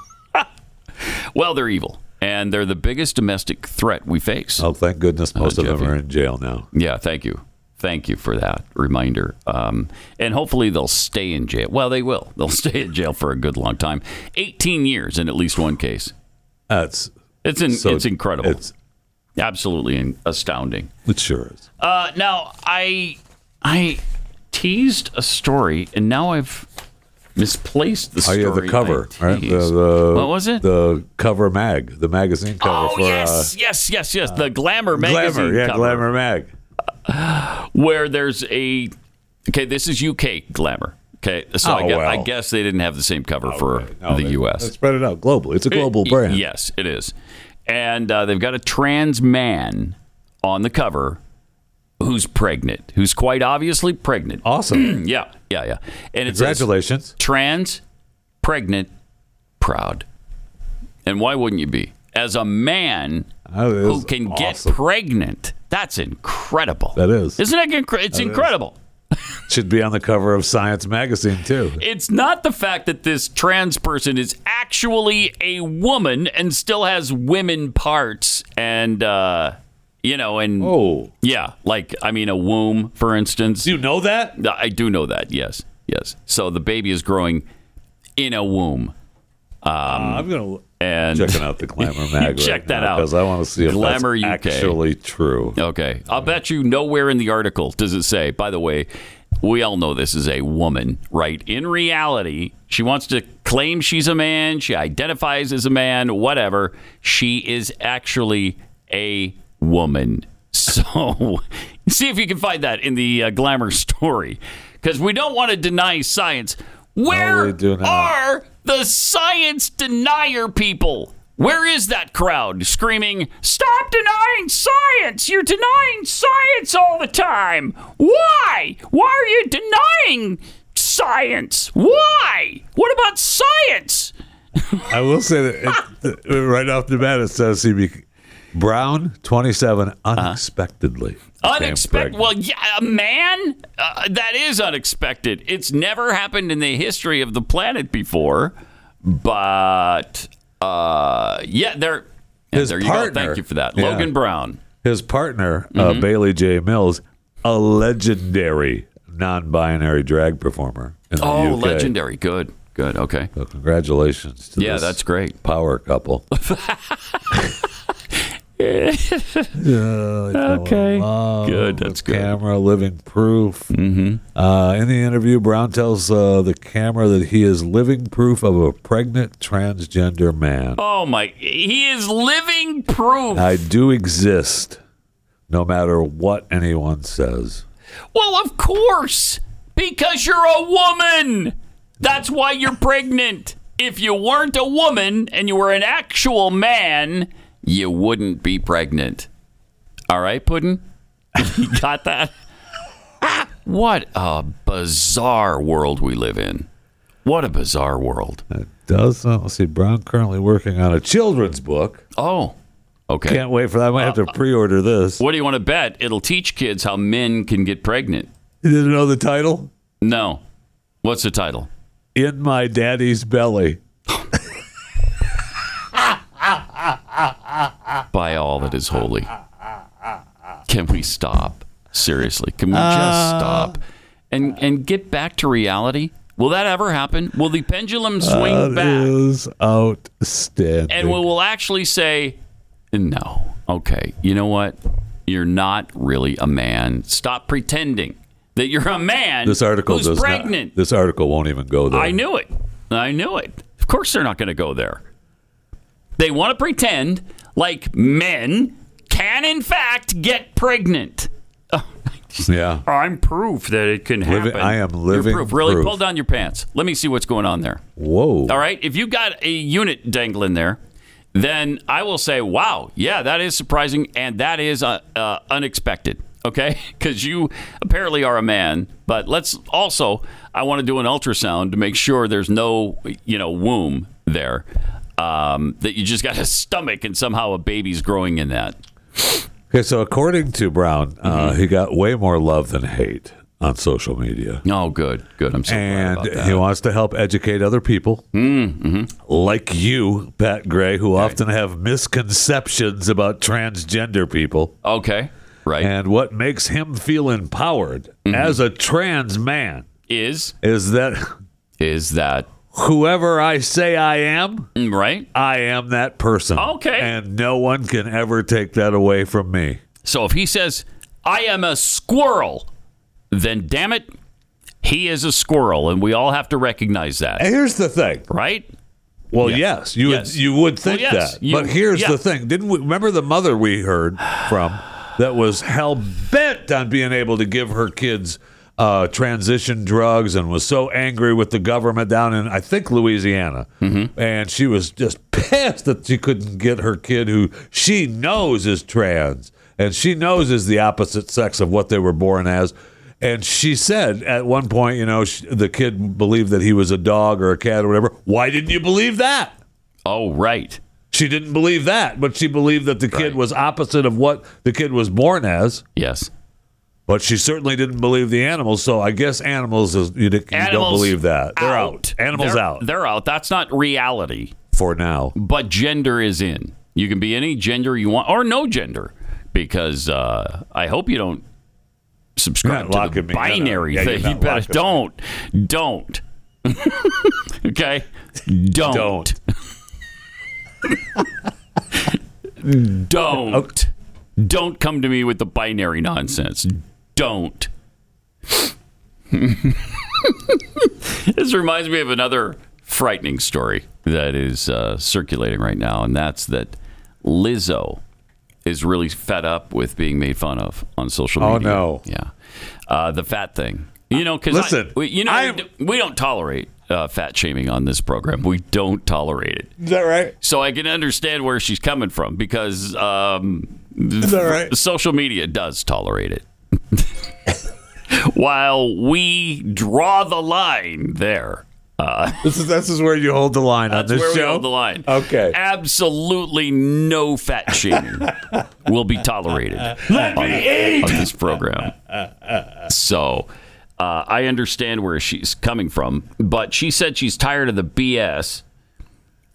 S3: well, they're evil and they're the biggest domestic threat we face.
S4: Oh, thank goodness most of
S3: Uh, Jeffy.
S4: them are in jail now.
S3: Yeah, thank you. Thank you for that reminder. Um, and hopefully they'll stay in jail. Well, they will. They'll stay in jail for a good long time 18 years in at least one case.
S4: That's
S3: It's, in,
S4: so.
S3: it's incredible.
S4: It's,
S3: Absolutely in, astounding.
S4: it sure is.
S3: Uh, now, I, I teased a story and now I've misplaced the
S4: Oh
S3: story.
S4: yeah, the cover,
S3: I
S4: right? The,
S3: teased.
S4: the-
S3: what was it?
S4: The cover mag, the magazine cover
S3: oh,
S4: for
S3: yes, yes, yes, yes. The Glamour
S4: uh,
S3: magazine.
S4: Glamour. Yeah,
S3: cover.
S4: Glamour mag.
S3: where there's a okay this is uk glamour okay so I,
S4: Oh,
S3: guess,
S4: well. Oh,
S3: I guess they didn't have the same cover for
S4: No,
S3: the
S4: they-
S3: us
S4: they Spread it out globally. It's a global
S3: Y-
S4: brand.
S3: yes it is and uh, they've got a trans man on the cover who's pregnant who's quite obviously pregnant
S4: Awesome.
S3: yeah yeah yeah and it's
S4: Oh. Congratulations.
S3: trans pregnant proud and why wouldn't you be as a man
S4: That is
S3: who can get
S4: awesome.
S3: pregnant that's incredible
S4: That is.
S3: isn't that incre- it's incredible
S4: Should be on the cover of Science magazine too.
S3: it's not the fact that this trans person is actually a woman and still has women parts and uh you know and
S4: Oh,
S3: yeah like i mean a womb for instance
S4: do you know that?
S3: i do know that yes yes so the baby is growing in a womb
S4: I'm gonna
S3: and
S4: checking out the Glamour mag.
S3: Check that out.
S4: because I want to see if
S3: Glamour
S4: that's
S3: UK.
S4: actually true.
S3: Okay. I'll bet you nowhere in the article does it say, by the way, we all know this is a woman, right? In reality, she wants to claim she's a man, she identifies as a man, whatever. She is actually a woman. So see if you can find that in the uh, glamour story because we don't want to deny science. Where
S4: we do not.
S3: are the science denier people? Where is that crowd screaming, Stop denying science! You're denying science all the time! Why? Why are you denying science? Why? What about science?
S4: I will say that it, right off the bat, it says he be Brown, 27, unexpectedly.
S3: Uh-huh. Unexpected. Well,
S4: Well,
S3: yeah, a man? Uh, that is unexpected. It's never happened in the history of the planet before. But, uh, yeah, there, yeah,
S4: His
S3: there you go.
S4: partner.
S3: Thank you for that.
S4: Yeah.
S3: Logan Brown.
S4: His partner,
S3: Mm-hmm.
S4: uh, Bailey J. Mills, a legendary non binary drag performer. In the
S3: Oh,
S4: UK.
S3: legendary. Good. Good. Okay.
S4: So congratulations to
S3: Yeah,
S4: this
S3: that's great.
S4: power couple.
S3: Okay.
S4: Oh,
S3: Good. That's good.
S4: camera living proof. Mm-hmm. Uh, in the interview, Brown tells uh, the camera that he is living proof of a pregnant transgender man.
S3: Oh my! He is living proof.
S4: I do exist, no matter what anyone says.
S3: well, of course, because you're a woman. That's why you're pregnant. If you weren't a woman and you were an actual man, you wouldn't be pregnant. All right, Puddin? you got that? what a bizarre world we live in. What a bizarre world.
S4: Does uh, let's see, Brown currently working on a children's book.
S3: Oh, okay.
S4: Can't wait for that. I might have to pre-order this.
S3: What do you want to bet? It'll teach kids how men can get pregnant.
S4: You didn't know the title?
S3: No. What's the title?
S4: In my daddy's belly.
S3: By all that is holy. Can we stop? Seriously, can we just
S4: Uh,
S3: stop and and get back to reality? Will that ever happen? Will the pendulum swing
S4: Uh,
S3: back?
S4: Is outstanding.
S3: and we will actually say, no, okay, you know what? You're not really a man. Stop pretending that you're a man
S4: this article
S3: who's
S4: does
S3: pregnant.
S4: Not, this article won't even go there.
S3: I knew it. I knew it. Of course, they're not going to go there. They want to pretend like men can, in fact, get pregnant.
S4: Yeah.
S3: I'm proof that it can happen.
S4: Living- I am
S3: You're
S4: living
S3: proof. Really,
S4: proof.
S3: pull down your pants. Let me see what's going on there.
S4: Whoa.
S3: All right. If you've got a unit dangling there, then I will say, wow, yeah, that is surprising and that is uh, uh, unexpected. Okay. Because you apparently are a man. But let's also, I want to do an ultrasound to make sure there's no, you know, womb there. Um, that you just got a stomach and somehow a baby's growing in that.
S4: Okay, so according to Brown, uh,
S3: Mm-hmm.
S4: he got way more love than hate on social media.
S3: Oh, good. Good. I'm so glad
S4: and
S3: about that. Mm-hmm.
S4: he wants to help educate other people like you, Pat Gray, who often have misconceptions about transgender people
S3: okay. Right. Mm-hmm.
S4: and what makes him feel empowered as a trans man
S3: is,
S4: is that
S3: is that
S4: whoever I say I am,
S3: mm, right?
S4: I am that person.
S3: Okay.
S4: And no one can ever take that away from me.
S3: So if he says, I am a squirrel, then damn it, he is a squirrel, and we all have to recognize that,
S4: And here's the thing.
S3: right?
S4: Well,
S3: Yes.
S4: yes, you
S3: Yes.
S4: Would, you would think
S3: Well, yes,
S4: that.
S3: you-
S4: but here's
S3: yeah.
S4: the thing: didn't we remember the mother we heard from that was hell bent on being able to give her kids uh, transition drugs and was so angry with the government down in I think Louisiana,
S3: Mm-hmm.
S4: and she was just pissed that she couldn't get her kid who she knows is trans and she knows is the opposite sex of what they were born as. And she said at one point, you know, sh the kid believed that he was a dog or a cat or whatever. Why didn't you believe that?
S3: Oh, right.
S4: She didn't believe that, but she believed that the kid was opposite of what the kid was born as.
S3: Yes.
S4: But she certainly didn't believe the animals. So I guess animals is you, d- you don't
S3: Animals
S4: believe that they're out. Animals
S3: They're-
S4: out
S3: They're out. That's not reality,
S4: for now.
S3: but gender is in. You can be any gender you want, or no gender, because uh, I hope you don't
S4: You're
S3: subscribe
S4: not
S3: to the
S4: locking me in on-
S3: binary
S4: yeah, you're
S3: thing.
S4: not
S3: You better don't, don't. okay, don't.
S4: Don't.
S3: Don't. Don't come to me with the binary nonsense. Don't. this reminds me of another frightening story that is uh, circulating right now, and that's that Lizzo is really fed up with being made fun of on social
S4: Oh,
S3: media.
S4: no.
S3: Yeah. Uh, the fat thing. You know, because
S4: Listen,
S3: you know,
S4: I
S3: we
S4: am-
S3: d- we don't tolerate uh, fat shaming on this program. We don't tolerate it.
S4: Is that right?
S3: So I can understand where she's coming from because um,
S4: Is that right?
S3: social media does tolerate it. While we draw the line there.
S4: This is this is where you hold the line on
S3: That's
S4: this
S3: where
S4: show.
S3: we hold the line.
S4: Okay.
S3: Absolutely no fat shaming will be tolerated on, on this program. So uh, I understand where she's coming from, but she said she's tired of the BS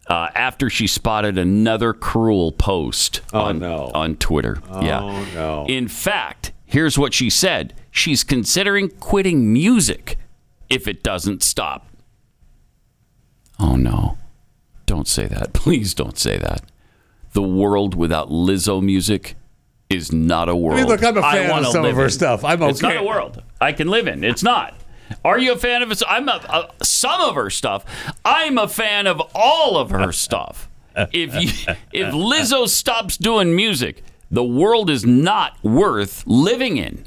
S3: uh, after she spotted another cruel post on,
S4: Oh, no. Oh,
S3: on Twitter. yeah.
S4: no.
S3: In fact, here's what she said she's considering quitting music if it doesn't stop. Oh no. Don't say that. Please don't say that. The world without Lizzo music is not a world.
S4: mean, look, I'm a fan of
S3: wanna
S4: some of
S3: live
S4: her
S3: in.
S4: stuff. I'm
S3: It's not
S4: okay.
S3: a world I can live in. It's not. Are you a fan of his? I'm a, a, some of her stuff. I'm a fan of all of her stuff. If you, if Lizzo stops doing music, the world is not worth living in.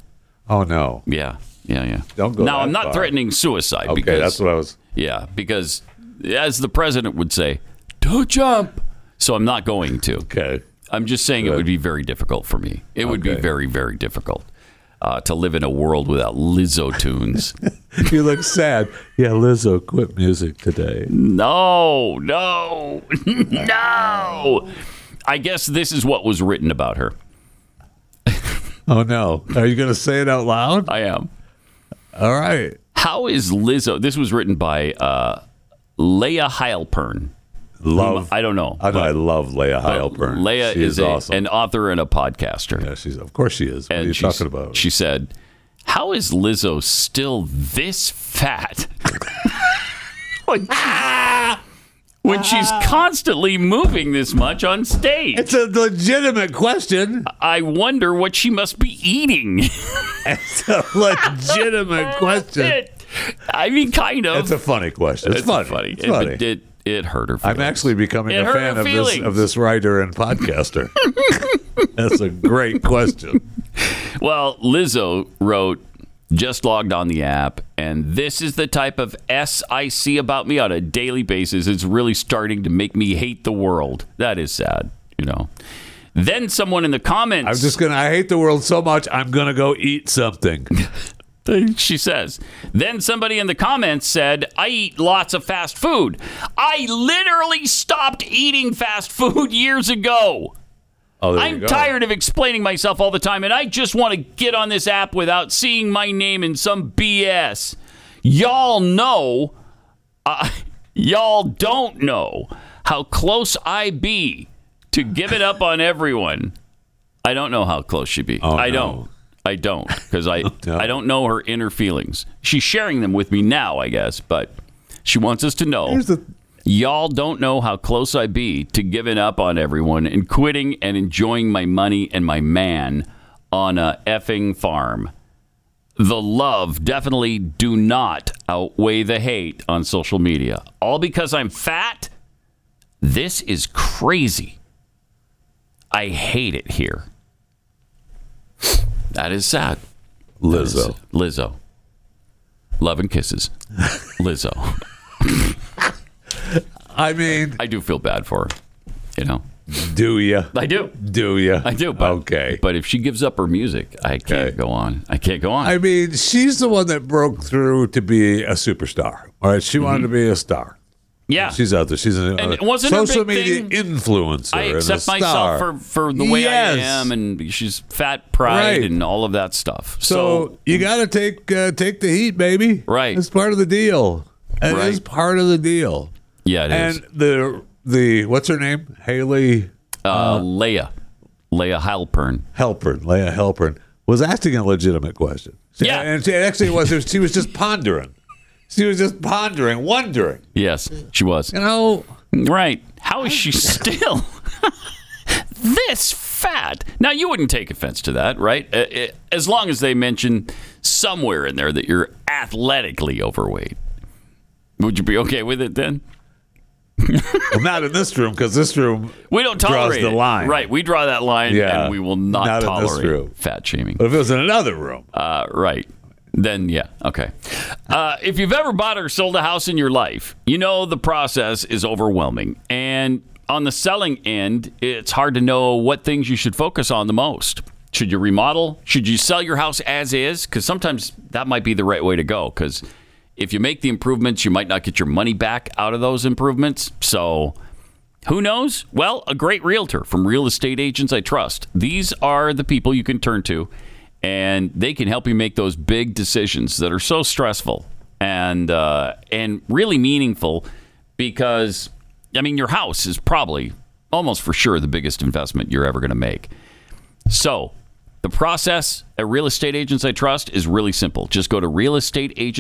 S4: Oh no.
S3: Yeah, yeah, yeah.
S4: Don't go
S3: Now
S4: that
S3: I'm not
S4: far.
S3: threatening suicide.
S4: Okay,
S3: because
S4: that's what I was.
S3: yeah, because as the president would say, don't jump. So I'm not going to.
S4: Okay.
S3: I'm just saying it would be very difficult for me. It would be
S4: Okay.
S3: very, very difficult uh, to live in a world without Lizzo tunes.
S4: you look sad. Yeah, Lizzo quit music today.
S3: no, no, no. I guess this is what was written about her.
S4: Oh no. Are you going to say it out loud?
S3: I am.
S4: All right.
S3: How is Lizzo? This was written by uh, Leah Heilpern.
S4: Love.
S3: I don't know.
S4: I, know, I love Leah Heilpern.
S3: Leah
S4: She
S3: is a-
S4: awesome.
S3: an author and a podcaster.
S4: Yeah, she's of course she is. What are you
S3: she s-
S4: talking about?
S3: She said, "How is Lizzo still this fat?" when, she's, when she's constantly moving this much on stage,
S4: it's a legitimate question.
S3: I wonder what she must be eating.
S4: It's a legitimate question.
S3: It- I mean, kind of.
S4: It's a funny question. It's,
S3: It's
S4: funny.
S3: funny.
S4: It's
S3: It-
S4: funny.
S3: It, it, it hurt her.
S4: I'm
S3: feelings.
S4: actually becoming
S3: It
S4: a
S3: hurt
S4: fan
S3: her
S4: of this of
S3: feelings.
S4: this writer and podcaster. That's a great question.
S3: Well, Lizzo wrote, just logged on the app, and this is the type of S I see about me on a daily basis. It's really starting to make me hate the world. That is sad, you know. Then someone in the comments,
S4: I'm just gonna. I hate the world so much. I'm gonna go eat something.
S3: she says, then somebody in the comments said, I eat lots of fast food. I literally stopped eating fast food years ago.
S4: Oh, there you
S3: I'm
S4: go.
S3: tired of explaining myself all the time, and I just want to get on this app without seeing my name in some BS. Y'all know, uh, y'all don't know how close I be to give it up on everyone. I don't know how close she be. I
S4: Oh, no.
S3: don't. I don't because I
S4: No.
S3: I don't know her inner feelings. She's sharing them with me now, I guess, but she wants us to know.
S4: Here's the-
S3: Y'all don't know how close I be to giving up on everyone and quitting and enjoying my money and my man on a effing farm. The love definitely do not outweigh the hate on social media. All because I'm fat? This is crazy. I hate it here. That is sad.
S4: Lizzo.
S3: Lizzo. Love and kisses. Lizzo.
S4: I mean,
S3: I do feel bad for her. You know,
S4: do you?
S3: I do.
S4: Do you?
S3: I do. But,
S4: okay.
S3: But if she gives up her music, I can't
S4: Okay.
S3: go on. I can't go on.
S4: I mean, she's the one that broke through to be a superstar. All right, she
S3: Mm-hmm.
S4: wanted to be a star.
S3: yeah.
S4: She's out there. She's an
S3: And
S4: a
S3: wasn't her
S4: social
S3: big
S4: media
S3: thing-
S4: influencer.
S3: I
S4: and a
S3: accept myself
S4: star.
S3: for, for the way I
S4: Yes.
S3: am, and she's fat pride
S4: Right.
S3: and all of that stuff.
S4: So, you got to take uh, take the heat, baby.
S3: Right.
S4: It's part of the deal. It is
S3: Right.
S4: part of the deal.
S3: yeah, it is.
S4: And the the what's her name? Haley
S3: uh, Leia, Leia Heilpern.
S4: Halpern, Leah Halpern was asking a legitimate question. She-
S3: Yeah.
S4: and she actually was. She was just pondering. She was just pondering, wondering.
S3: Yes, she was.
S4: You know,
S3: Right. How is she still this fat? Now, you wouldn't take offense to that, right? Uh, uh, As long as they mention somewhere in there that you're athletically overweight. Would you be okay with it then?
S4: well, not in this room because this room.
S3: We don't
S4: Draws
S3: tolerate
S4: the
S3: it.
S4: line.
S3: Right. We draw that line
S4: Yeah.
S3: and we will not,
S4: Not in this
S3: tolerate
S4: room.
S3: fat shaming.
S4: But if it was in another room,
S3: Uh, right. Then, yeah, okay. Uh, if you've ever bought or sold a house in your life, you know the process is overwhelming. And on the selling end, it's hard to know what things you should focus on the most. Should you remodel? Should you sell your house as is? Because sometimes that might be the right way to go. Because if you make the improvements, you might not get your money back out of those improvements. So, who knows? Well, a great realtor from real estate agents I trust. These are the people you can turn to, and they can help you make those big decisions that are so stressful and uh, and really meaningful. Because I mean, your house is probably almost for sure the biggest investment you're ever going to make. So the process at Real Estate Agents I Trust is really simple. Just go to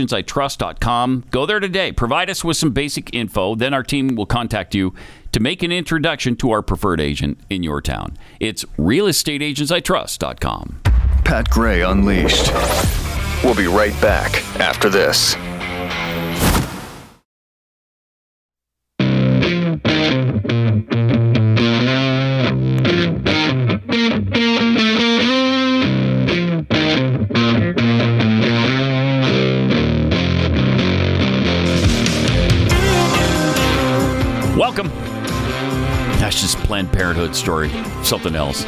S3: realestateagentsitrust.com. Go there today. Provide us with some basic info. Then our team will contact you to make an introduction to our preferred agent in your town. It's realestateagentsitrust.com.
S10: Pat Gray Unleashed. We'll be right back after this.
S3: Welcome. That's just Planned Parenthood story. Something else.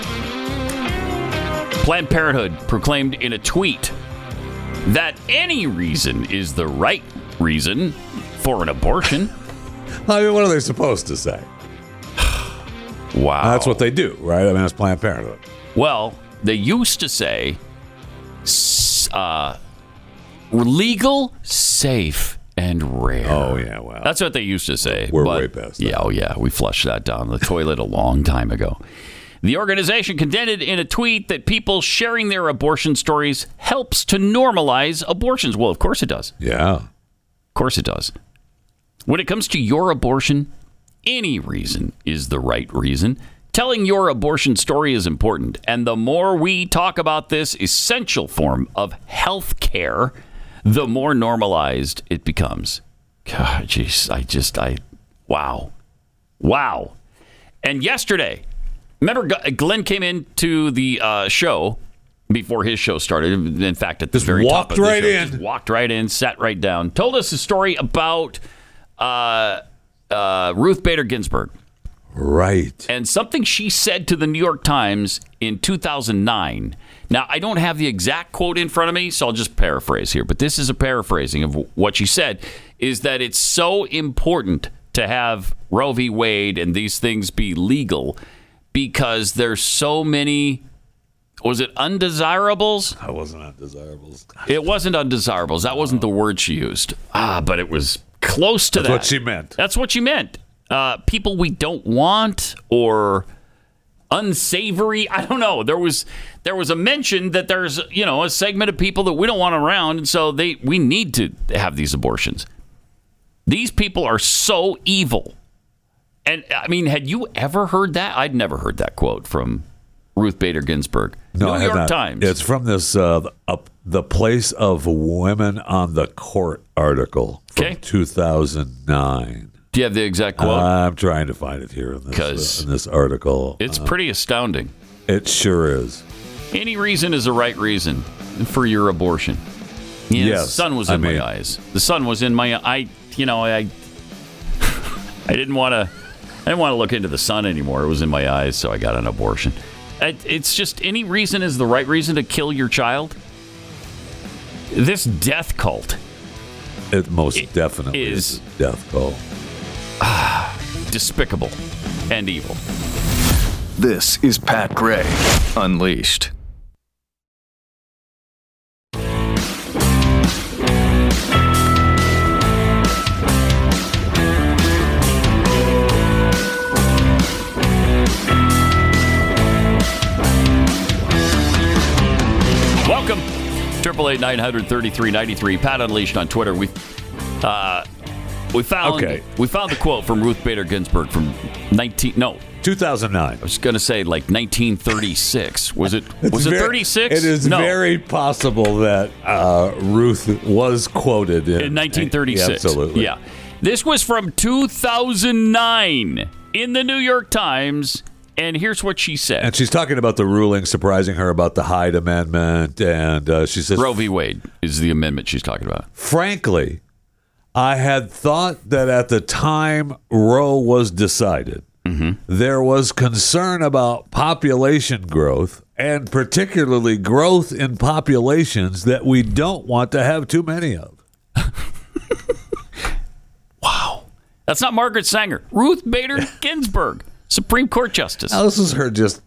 S3: Planned Parenthood proclaimed in a tweet that any reason is the right reason for an abortion.
S4: I mean, what are they supposed to say?
S3: Wow.
S4: That's what they do, right? I mean, that's Planned Parenthood.
S3: Well, they used to say s- uh, legal, safe, and rare.
S4: Oh yeah, wow.
S3: That's what they used to say.
S4: We're
S3: but-
S4: way past that.
S3: Yeah, oh yeah, we flushed that down the toilet a long time ago. The organization contended in a tweet that people sharing their abortion stories helps to normalize abortions. Well, of course it does.
S4: yeah.
S3: Of course it does. When it comes to your abortion, any reason is the right reason. Telling your abortion story is important, and the more we talk about this essential form of health care, the more normalized it becomes. God, jeez, I just, I, wow, wow. And yesterday, remember, G- Glenn came into the uh, show before his show started. In fact, at the very top
S4: walked
S3: of the
S4: right
S3: show,
S4: in.
S3: just walked right in, sat right down, told us a story about uh, uh, Ruth Bader Ginsburg.
S4: Right.
S3: And something she said to the New York Times in 2009. Now, I don't have the exact quote in front of me, so I'll just paraphrase here, but this is a paraphrasing of what she said is that it's so important to have Roe v. Wade and these things be legal because there's so many was it undesirables?
S4: I wasn't undesirables.
S3: It wasn't undesirables. That wasn't the word she used. Ah, but it was close to
S4: That's
S3: that.
S4: what she meant.
S3: That's what she meant. Uh, people we don't want or unsavory. I don't know. There was there was a mention that there's you know a segment of people that we don't want around, and so they we need to have these abortions. These people are so evil. And I mean, had you ever heard that? I'd never heard that quote from Ruth Bader Ginsburg. New
S4: I have
S3: York
S4: not.
S3: Times.
S4: It's from this uh, up, the place of women on the court article from 2009.
S3: Do you have the exact quote?
S4: I'm trying to find it here in this,
S3: 'Cause
S4: uh, in this article.
S3: It's
S4: Uh,
S3: pretty astounding.
S4: It sure is.
S3: Any reason is a right reason for your abortion. Yeah, The
S4: Yes,
S3: sun was
S4: I
S3: in
S4: mean-
S3: my eyes. The sun was in my I. You know, I. I didn't want to. I didn't want to look into the sun anymore. It was in my eyes, so I got an abortion. It, it's just any reason is the right reason to kill your child. This death cult
S4: It most definitely
S3: is-
S4: is, a death call.
S3: despicable and evil.
S10: This is Pat Gray Unleashed.
S3: Welcome, triple eight nine hundred thirty three ninety three. Pat unleashed on Twitter. We uh, we found
S4: Okay.
S3: we found the quote from Ruth Bader Ginsburg from nineteen. No, I
S4: 2009.
S3: was going to say like nineteen thirty six. Was it was it
S4: very-
S3: thirty six?
S4: It is
S3: no.
S4: very possible that uh, Ruth was quoted in,
S3: in 1936.
S4: Absolutely.
S3: Yeah. This was from 2009 in the New York Times, and here's what she said.
S4: And she's talking about the ruling surprising her about the Hyde Amendment, and uh, she says,
S3: Roe v. Wade is the amendment she's talking about.
S4: frankly, I had thought that at the time Roe was decided,
S3: Mm-hmm.
S4: there was concern about population growth and particularly growth in populations that we don't want to have too many of.
S3: That's not Margaret Sanger. Ruth Bader Ginsburg, Supreme Court Justice.
S4: Now, this is her just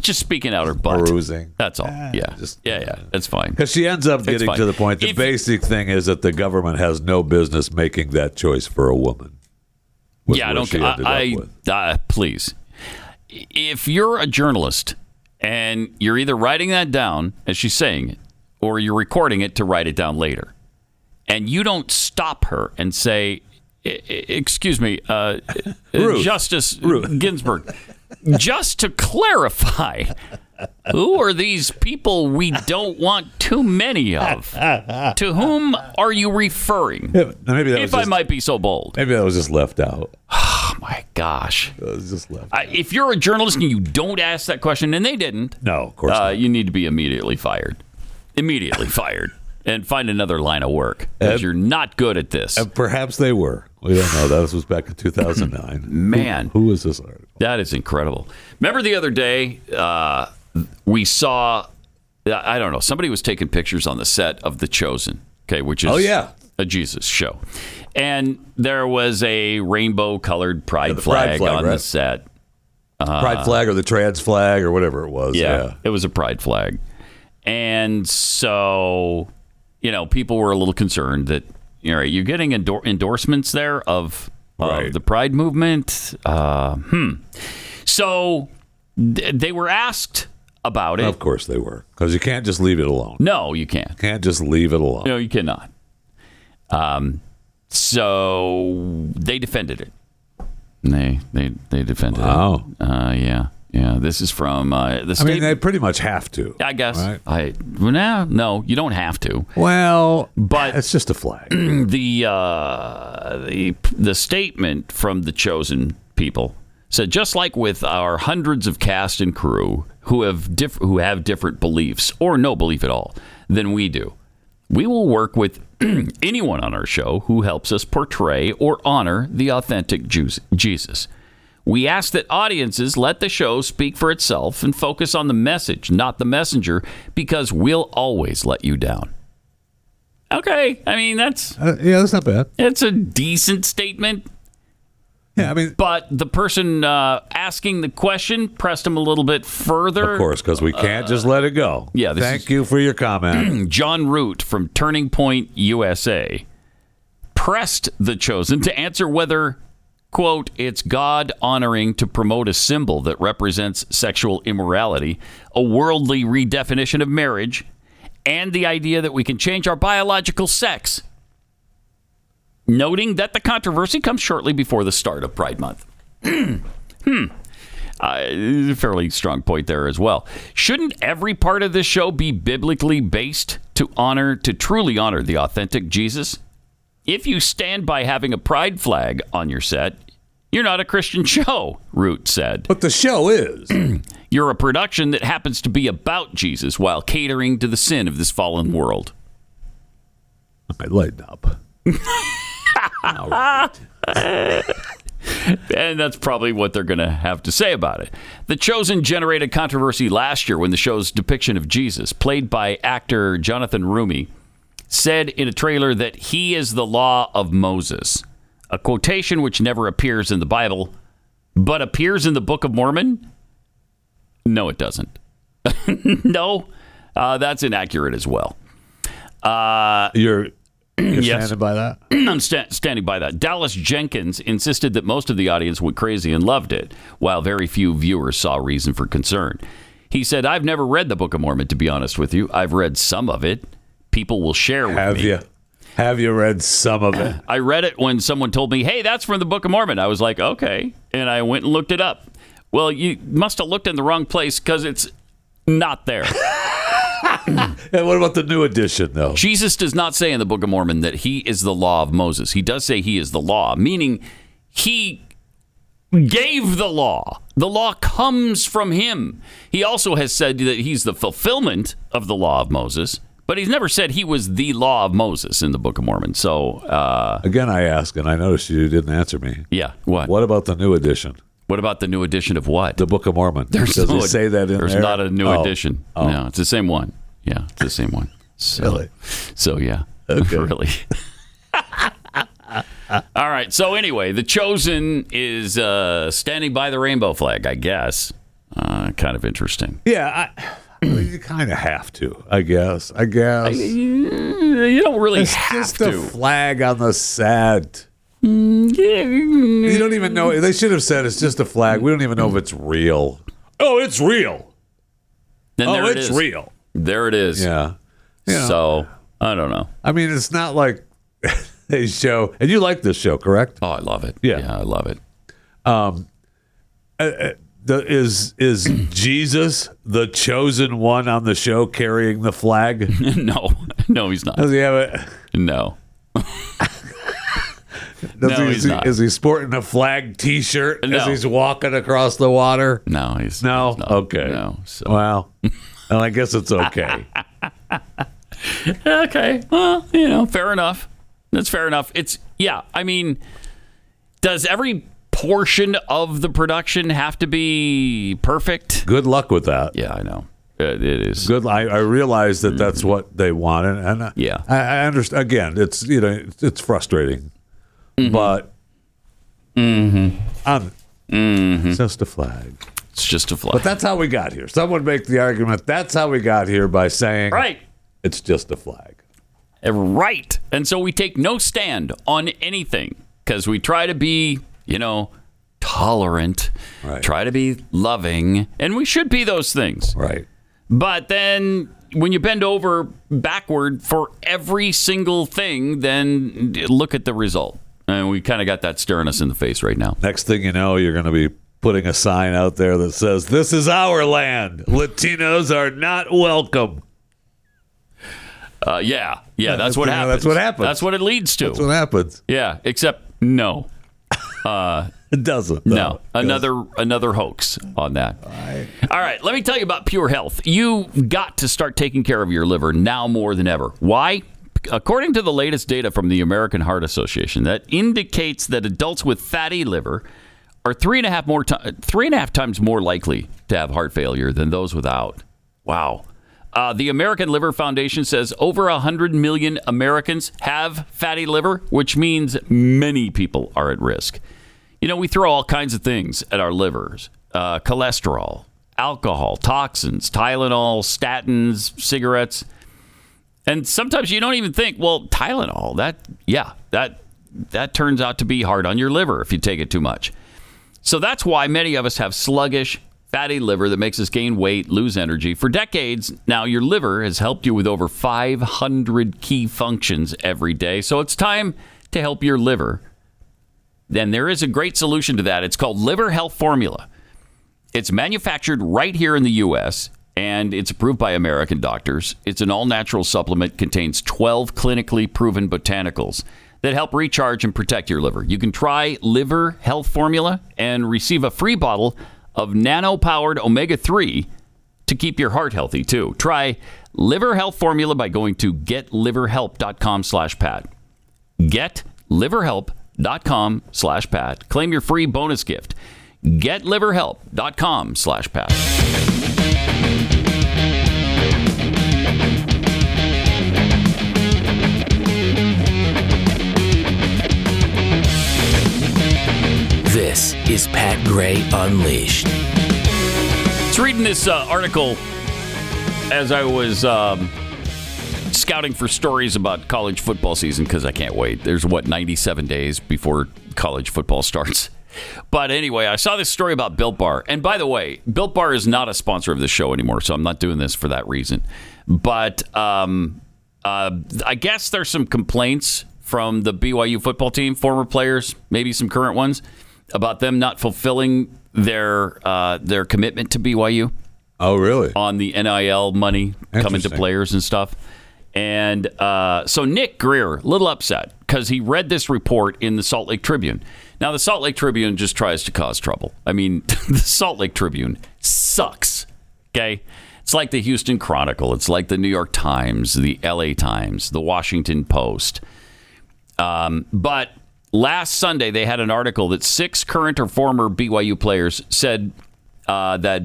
S3: Just speaking out her butt.
S4: perusing.
S3: That's all. Yeah.
S4: just-
S3: yeah, yeah. That's fine.
S4: Because she ends up getting
S3: fine.
S4: to the point. The
S3: If-
S4: basic thing is that the government has no business making that choice for a woman. was
S3: Yeah, I
S4: where
S3: don't
S4: she
S3: care.
S4: ended
S3: I,
S4: up with.
S3: I uh, please. If you're a journalist and you're either writing that down as she's saying it, or you're recording it to write it down later, and you don't stop her and say, "E- e- "Excuse me, uh,
S4: Ruth.
S3: Justice Ginsburg," just to clarify, who are these people we don't want too many of? to whom are you referring?
S4: Yeah, but maybe that was
S3: If I
S4: just,
S3: might be so bold. Oh
S4: maybe that was just left out.
S3: My gosh.
S4: That was just left.
S3: I- Uh, if you're a journalist and you don't ask that question, and they didn't,
S4: no, of course.
S3: uh,
S4: not.
S3: you need to be immediately fired. Immediately fired. And find another line of work because
S4: Uh,
S3: you're not good at this.
S4: Perhaps they were. We don't know. That was back in 2009.
S3: Man.
S4: Who was this article?
S3: That is incredible. Remember the other day uh, we saw, I don't know, somebody was taking pictures on the set of The Chosen, okay, which is
S4: Oh, yeah.
S3: a Jesus show. And there was a rainbow colored pride,
S4: the
S3: flag,
S4: pride flag,
S3: on the
S4: right.
S3: set.
S4: Pride flag or the trans flag or whatever it was.
S3: Uh, Yeah,
S4: Yeah.
S3: It was a pride flag. And so, you know, people were a little concerned that, you know, you're getting endor- endorsements there of, of
S4: Right.
S3: the pride movement. Uh, hmm. So th- they were asked about it.
S4: Of course they were. Because you can't just leave it alone.
S3: No, you can't.
S4: Can't just leave it alone.
S3: No, you cannot. Um, so they defended it. They they they defended it.
S4: Wow.
S3: Uh, yeah. Yeah, this is from uh, the
S4: Oh. I
S3: state.
S4: mean, they pretty much have to.
S3: I guess. I well, no, no, you don't have to.
S4: Well,
S3: but
S4: it's just a flag.
S3: the uh, the the statement from the chosen people said just like with our hundreds of cast and crew who have diff- who have different beliefs or no belief at all than we do, we will work with anyone on our show who helps us portray or honor the authentic Jews- Jesus. We ask that audiences let the show speak for itself and focus on the message, not the messenger, because we'll always let you down. Okay, I mean that's
S4: Uh, yeah, that's not bad.
S3: it's a decent statement.
S4: Yeah, I mean,
S3: but the person uh, asking the question pressed him a little bit further.
S4: Of course, because we can't just let it go.
S3: Yeah, this
S4: Thank you for your comment.
S3: John Root from Turning Point USA pressed the chosen to answer whether, quote, it's God honoring to promote a symbol that represents sexual immorality, a worldly redefinition of marriage, and the idea that we can change our biological sex. Noting that the controversy comes shortly before the start of Pride Month. hmm. Uh, fairly strong point there as well. Shouldn't every part of this show be biblically based to honor, to truly honor the authentic Jesus? If you stand by having a pride flag on your set, you're not a Christian show, Root said.
S4: But the show is.
S3: you're a production that happens to be about Jesus while catering to the sin of this fallen world.
S4: I lighten up.
S3: And that's probably what they're going to have to say about it. The Chosen generated controversy last year when the show's depiction of Jesus, played by actor Jonathan Rumi, said in a trailer that he is the law of Moses, a quotation which never appears in the Bible, but appears in the Book of Mormon? No, it doesn't. no, uh, that's inaccurate as well. Uh,
S4: You're, you're
S3: Yes.
S4: standing by that?
S3: I'm sta- standing by that. Dallas Jenkins insisted that most of the audience went crazy and loved it, while very few viewers saw reason for concern. He said, I've never read the Book of Mormon, to be honest with you. I've read some of it. People will share with
S4: Have
S3: me.
S4: you? Have you read some of it?
S3: I read it when someone told me, hey, that's from the Book of Mormon. I was like, okay. And I went and looked it up. Well, you must have looked in the wrong place because it's not there.
S4: and what about the new edition, though?
S3: Jesus does not say in the Book of Mormon that he is the law of Moses. He does say he is the law, meaning he gave the law. The law comes from him. He also has said that he's the fulfillment of the law of Moses, but he's never said he was the law of Moses in the Book of Mormon. So, uh,
S4: Again, I ask, and I noticed you didn't answer me.
S3: yeah. What? what?
S4: What about the new edition?
S3: about the new edition of what?
S4: The Book of Mormon. Does
S3: no
S4: it say that in
S3: There's
S4: there?
S3: not a new
S4: Oh.
S3: edition. No, it's the same one. Yeah, it's the same one. So,
S4: Really?
S3: So yeah. really. All right. So anyway, the chosen is uh, standing by the rainbow flag, I guess. Uh, kind of interesting.
S4: Yeah, I, I mean, you kind of have to, I guess. I guess.
S3: You don't really
S4: it's
S3: have
S4: just a
S3: to.
S4: flag on the set. You don't even know. They should have said it's just a flag. We don't even know if it's real. Oh, it's real.
S3: Then
S4: oh,
S3: there it
S4: it's
S3: is.
S4: real.
S3: There it is.
S4: Yeah. Yeah.
S3: So I don't know.
S4: I mean, it's not like they show. And you like this show, correct?
S3: Oh, I love it.
S4: Yeah.
S3: yeah I love it.
S4: Uh, The, is is Jesus the chosen one on the show carrying the flag?
S3: no, no, he's not.
S4: Does he have a?
S3: No.
S4: Does
S3: No,
S4: he,
S3: he's
S4: is, he,
S3: not. Uh,
S4: is he sporting a flag T-shirt
S3: No.
S4: as he's walking across the water?
S3: No, he's
S4: No.
S3: he's not.
S4: Okay.
S3: No. So
S4: Well, and I guess it's okay.
S3: Okay. Well, you know, fair enough. That's fair enough. It's yeah. I mean, does every portion of the production have to be perfect?
S4: Good luck with that.
S3: Yeah, I know. Uh, It, it is.
S4: Good. I, I realize that that's what they want, and, and I-
S3: Yeah.
S4: I, I understand. Again, it's you know it's, it's frustrating, but Mm-hmm. I'm- it's just a flag.
S3: It's just a flag.
S4: But Mm-hmm. that's how we got here. Someone make the argument that's how we got here by saying
S3: right. Uh,
S4: it's just a flag.
S3: Right. And so we take no stand on anything because we try to be, you know, tolerant,
S4: Right.
S3: try to be loving, and we should be those things.
S4: Right.
S3: But then when you bend over backward for every single thing, then look at the result. And we kind of got that staring us in the face right now.
S4: Next thing you know, you're going to be putting a sign out there that says, This is our land. Latinos are not welcome.
S3: Uh, yeah, yeah, that's what
S4: you know,
S3: happens.
S4: That's what happens.
S3: That's what it leads to.
S4: That's what happens.
S3: yeah, except no, uh,
S4: It doesn't. though.
S3: no, another another hoax on that. All right, let me tell you about Pure Health. You got to start taking care of your liver now more than ever. Why? According to the latest data from the American Heart Association, that indicates that adults with fatty liver are three and a half more ti- three and a half times more likely to have heart failure than those without. Wow. Uh, the American Liver Foundation says over 100 million Americans have fatty liver, which means many people are at risk. You know, we throw all kinds of things at our livers uh, cholesterol, alcohol, toxins, Tylenol, statins, cigarettes. And sometimes you don't even think, well, Tylenol, that, yeah, that, that turns out to be hard on your liver if you take it too much. So that's why many of us have sluggish, fatty liver that makes us gain weight, lose energy. For decades now, your liver has helped you with over 500 key functions every day. So it's time to help your liver then there is a great solution to that. It's called Liver Health Formula. It's manufactured right here in the U.S. and it's approved by American doctors. It's an all natural supplement, contains 12 clinically proven botanicals that help recharge and protect your liver. You can try Liver Health Formula and receive a free bottle of nano powered omega 3 to keep your heart healthy, too. Try Liver Health Formula by going to getliverhelp.com slash Pat getliverhelp.com slash pat claim your free bonus gift getliverhelp.com slash pat
S6: This is Pat Gray Unleashed.
S3: was reading this uh, article as i was um, scouting for stories about college football season because i can't wait there's what 97 days before college football starts but anyway i saw this story about built bar and by the way built bar is not a sponsor of the show anymore so i'm not doing this for that reason but um, uh, I guess there's some complaints from the BYU football team, former players, maybe some current ones, about them not fulfilling their uh, their commitment to BYU
S4: Oh, really?
S3: on the NIL money coming to
S4: Interesting.
S3: players and stuff. And uh, so Nick Greer, a little upset because he read this report in the Salt Lake Tribune. Now, the Salt Lake Tribune just tries to cause trouble. I mean, the Salt Lake Tribune sucks. Okay. It's like the Houston Chronicle, it's like the New York Times, the LA Times, the Washington Post. Um, but last Sunday, they had an article that six current or former BYU players said uh, that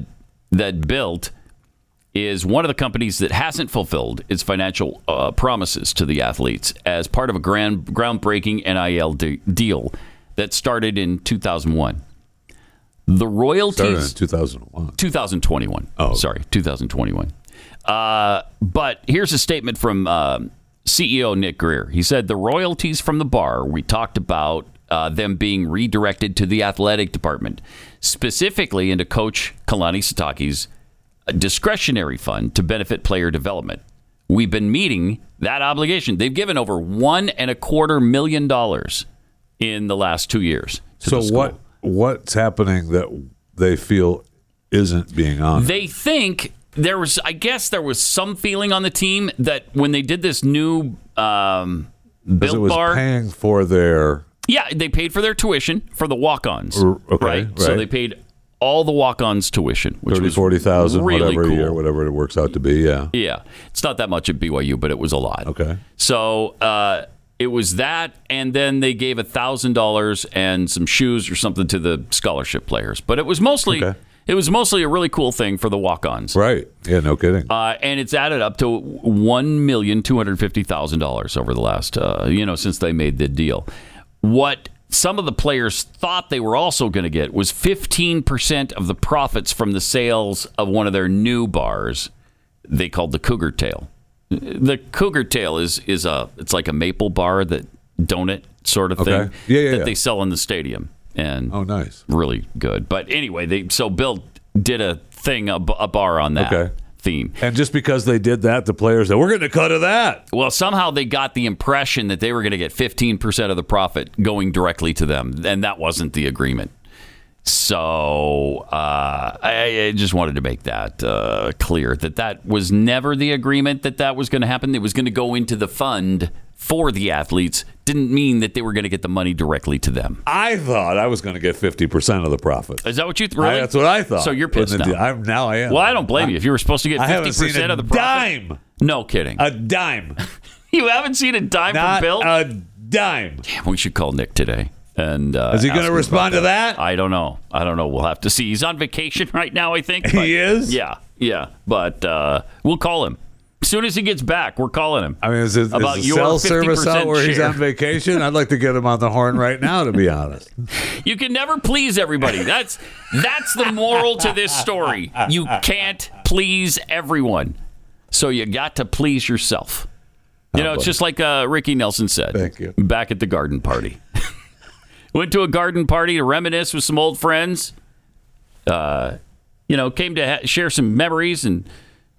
S3: that built is one of the companies that hasn't fulfilled its financial uh, promises to the athletes as part of a grand groundbreaking NIL de- deal that started in 2001. The
S4: Started
S3: royalties
S4: in 2001.
S3: 2021.
S4: Oh.
S3: sorry, 2021. Uh, but here's a statement from um CEO Nick Greer. He said the royalties from the bar we talked about uh, them being redirected to the athletic department, specifically into Coach Kalani Sataki's discretionary fund to benefit player development. We've been meeting that obligation. They've given over one and a quarter million dollars in the last two years. to
S4: So
S3: the school.
S4: what what's happening that they feel isn't being honored?
S3: they think there was i guess there was some feeling on the team that when they did this new um
S4: Because it
S3: built
S4: was
S3: bar
S4: paying for their
S3: yeah they paid for their tuition for the walk-ons
S4: R- okay,
S3: right so
S4: right.
S3: they paid all the walk-ons tuition which
S4: 30,
S3: was
S4: 40,000,
S3: really
S4: whatever
S3: cool.
S4: a year, whatever it works out to be. Yeah.
S3: yeah it's not that much at byu but it was a lot
S4: Okay.
S3: so uh it was that, and then they gave a thousand dollars and some shoes or something to the scholarship players. But it was mostly,
S4: Okay.
S3: it was mostly a really cool thing for the walk-ons.
S4: Right. Yeah, no kidding.
S3: uh, and it's added up to one million two hundred fifty thousand dollars over the last, uh, you know, since they made the deal. What some of the players thought they were also going to get was fifteen percent of the profits from the sales of one of their new bars. They called the Cougar Tail. The Cougar Tail is is a it's like a maple bar that donut sort of
S4: Okay.
S3: thing
S4: Yeah, yeah,
S3: that
S4: yeah.
S3: they sell in the stadium. And
S4: oh, nice.
S3: really good. But anyway, they so Bill did a thing a, b- a bar on that
S4: Okay.
S3: theme.
S4: And just because they did that, the players said, we're going to cut to that.
S3: Well, somehow they got the impression that they were going to get 15% of the profit going directly to them, and that wasn't the agreement. So uh, I, I just wanted to make that uh, clear that that was never the agreement that that was going to happen. It was going to go into the fund for the athletes. Didn't mean that they were going to get the money directly to them.
S4: I thought I was going to get fifty percent of the profit.
S3: Is that what you th- Uh, really?
S4: that's what I thought.
S3: So you're
S4: But
S3: pissed
S4: then
S3: now.
S4: I'm, now I am.
S3: Well, I don't blame you. If you were supposed to get
S4: I haven't
S3: fifty
S4: seen
S3: percent
S4: a
S3: of the profit,
S4: dime.
S3: No kidding.
S4: A dime.
S3: you haven't seen a dime
S4: Not
S3: from Bill.
S4: a dime.
S3: Damn, we should call Nick today. And uh,
S4: Is he
S3: ask
S4: going
S3: him
S4: to
S3: about Uh,
S4: respond to that?
S3: I don't know. I don't know. We'll have to see. He's on vacation right now, I think. but-
S4: He is.
S3: Yeah, yeah. But uh, we'll call him as soon as he gets back. We're calling him.
S4: I mean, is it
S3: About
S4: about
S3: your
S4: cell service
S3: 50%
S4: out where he's
S3: share.
S4: on vacation? I'd like to get him on the horn right now, to be honest.
S3: You can never please everybody. That's that's the moral to this story. You can't please everyone, so you got to please yourself. You know, it's just like uh, Ricky Nelson said.
S4: Thank you.
S3: Back at the garden party, went to a garden party to reminisce with some old friends. Uh, you know, came to ha- share some memories and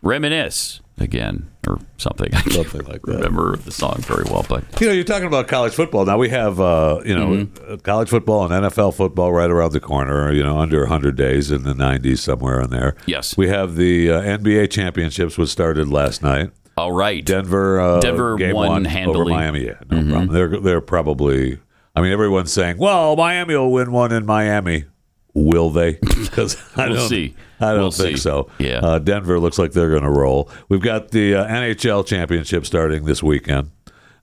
S3: reminisce again or something. I can't
S4: Something like that.
S3: remember the song very well, but
S4: You know, you're talking about college football. Now we have, uh, you know,
S3: Mm-hmm.
S4: uh college football and NFL football right around the corner. You know, under 100 days in the 90s, somewhere in there.
S3: Yes.
S4: We have the uh, NBA championships, which started last night.
S3: all right.
S4: Denver, uh,
S3: Denver
S4: game
S3: won
S4: one over
S3: handily. Mm-hmm.
S4: Miami. Yeah, no problem. They're they're probably. I mean, everyone's saying, "Well, Miami will win one in Miami." Will they? Because I
S3: We'll
S4: don't,
S3: see.
S4: I don't
S3: We'll
S4: think
S3: see.
S4: so.
S3: Yeah.
S4: Uh, Denver looks like they're going to roll. We've got the uh, NHL championship starting this weekend,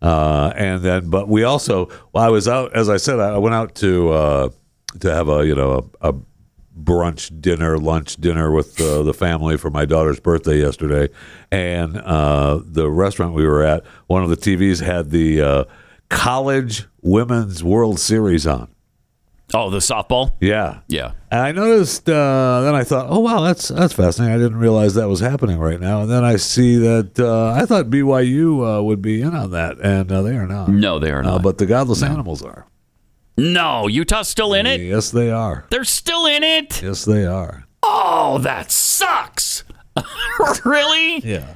S4: uh, and then but we also. Well, I was out as I said. I I went out to uh, to have a you know a, a brunch dinner lunch dinner with uh, the family for my daughter's birthday yesterday and uh, the restaurant we were at one of the tvs had the uh, college women's world series on
S3: Oh, the softball.
S4: yeah
S3: Yeah.
S4: and i noticed uh, then i thought oh wow that's that's fascinating i didn't realize that was happening right now and then i see that uh, i thought byu uh, would be in on that and uh, they are not
S3: No, they are
S4: uh,
S3: not.
S4: but the godless animals are
S3: no, Utah's still in it.
S4: yes they are
S3: They're still in it.
S4: yes they are
S3: Oh, that sucks. really?
S4: Yeah.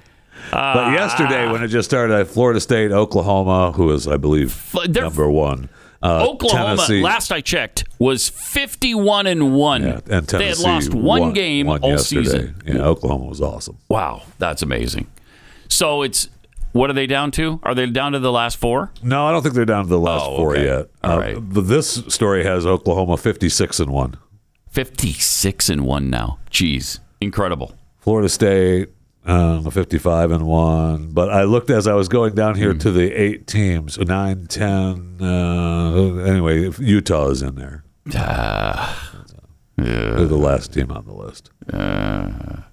S3: Ah.
S4: but yesterday, when it just started, Florida State, Oklahoma, who is, I believe,
S3: F- they're-
S4: number one. Uh,
S3: Oklahoma,
S4: Tennessee,
S3: last I checked, was 51 and 1.
S4: yeah, and Tennessee
S3: they had lost one
S4: won-
S3: game
S4: won
S3: all
S4: yesterday.
S3: season.
S4: Yeah, Oklahoma was awesome.
S3: Wow, that's amazing. So it's what are they down to? Are they down to the last four?
S4: No, I don't think they're down to the last
S3: Oh,
S4: four
S3: okay.
S4: yet.
S3: All
S4: Uh,
S3: right.
S4: But this story has Oklahoma fifty-six and one.
S3: 56 and 1 now. Jeez, incredible.
S4: Florida State, um, 55 and one. But I looked as I was going down here
S3: Hmm.
S4: to the eight teams, nine, ten. Uh, anyway, Utah is in there.
S3: Ah. Uh,
S4: They're the last team on the list. Uh,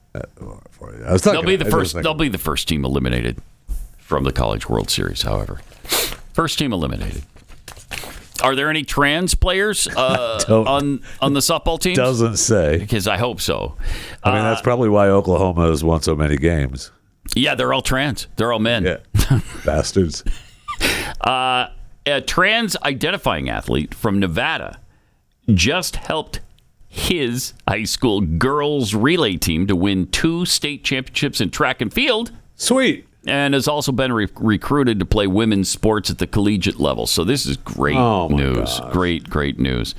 S4: for you. I was
S3: They'll
S4: talking
S3: be the
S4: I
S3: first
S4: just think-
S3: they'll be the first team eliminated from the College World Series, however. First team eliminated. Are there any trans players uh,
S4: don't-
S3: on on the softball team?
S4: doesn't say.
S3: because I hope so.
S4: I mean,
S3: Uh,
S4: that's probably why Oklahoma has won so many games.
S3: Yeah, they're all trans. They're all men.
S4: Bastards.
S3: A trans identifying athlete from Nevada just helped his high school girls relay team to win two state championships in track and field
S4: Sweet.
S3: and has also been re- recruited to play women's sports at the collegiate level. So this is great
S4: Oh, my
S3: news. Great, great news.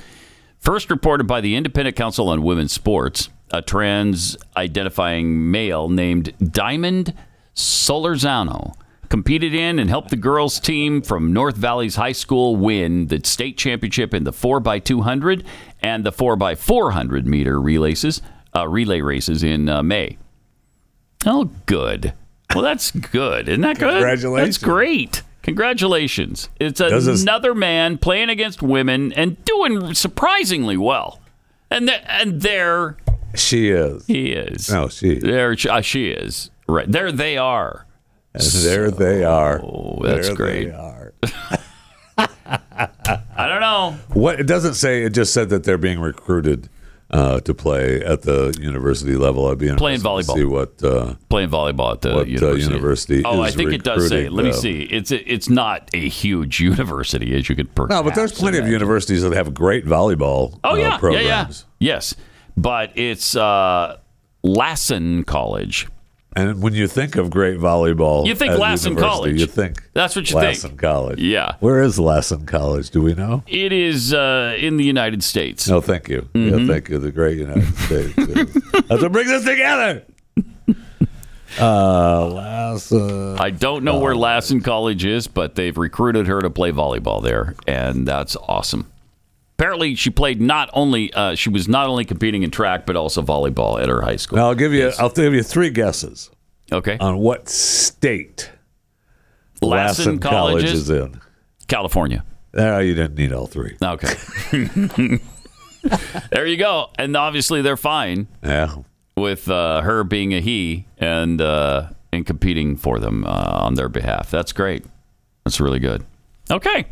S3: First reported by the Independent Council on Women's Sports, a trans identifying male named Diamond Solorzano competed in and helped the girls team from North Valley's high school win the state championship in the 4x200 and the 4x400 meter relays, uh, relay races in uh, May. Oh, good. Well, that's good. Isn't that good?
S4: Congratulations.
S3: That's great. Congratulations. It's
S4: Does this-
S3: another man playing against women and doing surprisingly well. And th- and there
S4: She is.
S3: he is.
S4: No, she is.
S3: There she, uh, she is. Right. There they are.
S4: there they are.
S3: Oh, that's
S4: there
S3: great.
S4: They are.
S3: I don't know.
S4: What it doesn't say, it just said that they're being recruited uh, to play at the university level. I'd be interested
S3: Playing volleyball.
S4: To see what? Uh,
S3: Playing volleyball at the
S4: What, uh,
S3: university.
S4: university
S3: Oh, I
S4: is
S3: think it does say.
S4: recruiting,
S3: Let me
S4: uh,
S3: see. It's it's not a huge university as you could perhaps.
S4: no, but there's plenty of
S3: imagine.
S4: universities that have great volleyball.
S3: Oh
S4: uh,
S3: yeah, yeah,
S4: programs.
S3: yeah. Yes, but it's uh, Lassen College
S4: And when you think of great volleyball,
S3: You think
S4: at
S3: Lassen
S4: university,
S3: College.
S4: You think
S3: That's what you
S4: Lassen
S3: think.
S4: College.
S3: Yeah.
S4: Where is Lassen College? Do we know?
S3: It is uh, in the United States.
S4: No, thank you.
S3: Mhm.
S4: Yeah, thank you. The great United States. That's what brings us together. Uh, Lassen.
S3: I don't know
S4: Oh,
S3: where Lassen College is, but they've recruited her to play volleyball there, and that's awesome. Apparently, she played not only uh, she was not only competing in track but also volleyball at her high school.
S4: Now I'll give Uh, you. I'll give you three guesses.
S3: Okay.
S4: On what state
S3: Lassen College
S4: College
S3: is-
S4: is in?
S3: California.
S4: No, you didn't need all three.
S3: Okay. there you go. And obviously, they're fine
S4: Yeah.
S3: with uh, her being a he and uh, and competing for them uh, on their behalf. That's great. That's really good. Okay.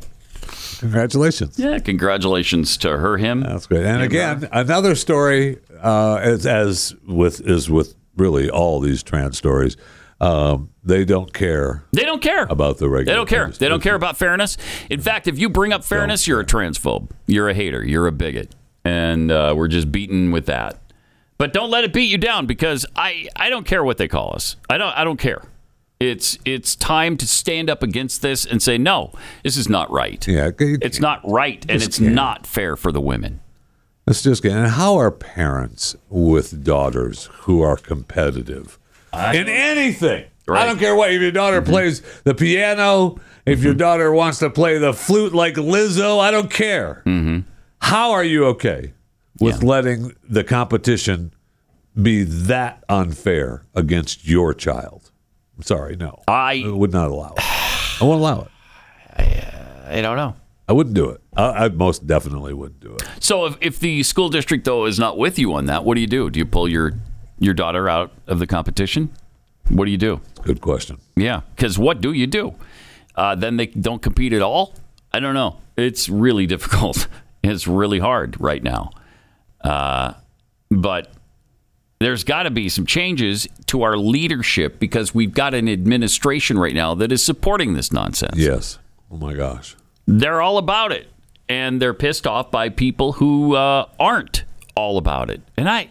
S4: Congratulations.
S3: Yeah. Congratulations to her, him.
S4: That's great. And again, another story, uh, as, as with is with really all these trans stories, um, they don't care
S3: They don't care
S4: about the
S3: They
S4: regular.
S3: don't care. They don't care about fairness. In fact, if you bring up fairness, you're a transphobe. You're a hater. You're a bigot. And uh, we're just beaten with that. But don't let it beat you down because I, I don't care what they call us. I don't I don't care. It's it's time to stand up against this and say no, this is not right.
S4: Yeah,
S3: it's not right and
S4: just
S3: it's
S4: can't.
S3: not fair for the women.
S4: Let's just get. And how are parents with daughters who are competitive in anything? I don't care what. If your daughter plays the piano, if your daughter wants to play the flute like Lizzo, I don't care. How are you okay with letting the competition be that unfair against your child? I'm sorry, no.
S3: I
S4: would not allow it. I won't allow it.
S3: I don't know.
S4: I wouldn't do it. I, I most definitely wouldn't do it.
S3: So if, if the school district though is not with you on that, what do you do? Do you pull your your daughter out of the competition? What do you do?
S4: Good question.
S3: Yeah, because what do you do? Uh, then they don't compete at all. I don't know. It's really difficult. It's really hard right now. Uh, but there's got to be some changes to our leadership because we've got an administration right now that is supporting this nonsense.
S4: Yes. Oh my gosh.
S3: They're all about it, and they're pissed off by people who uh, aren't all about it. And I,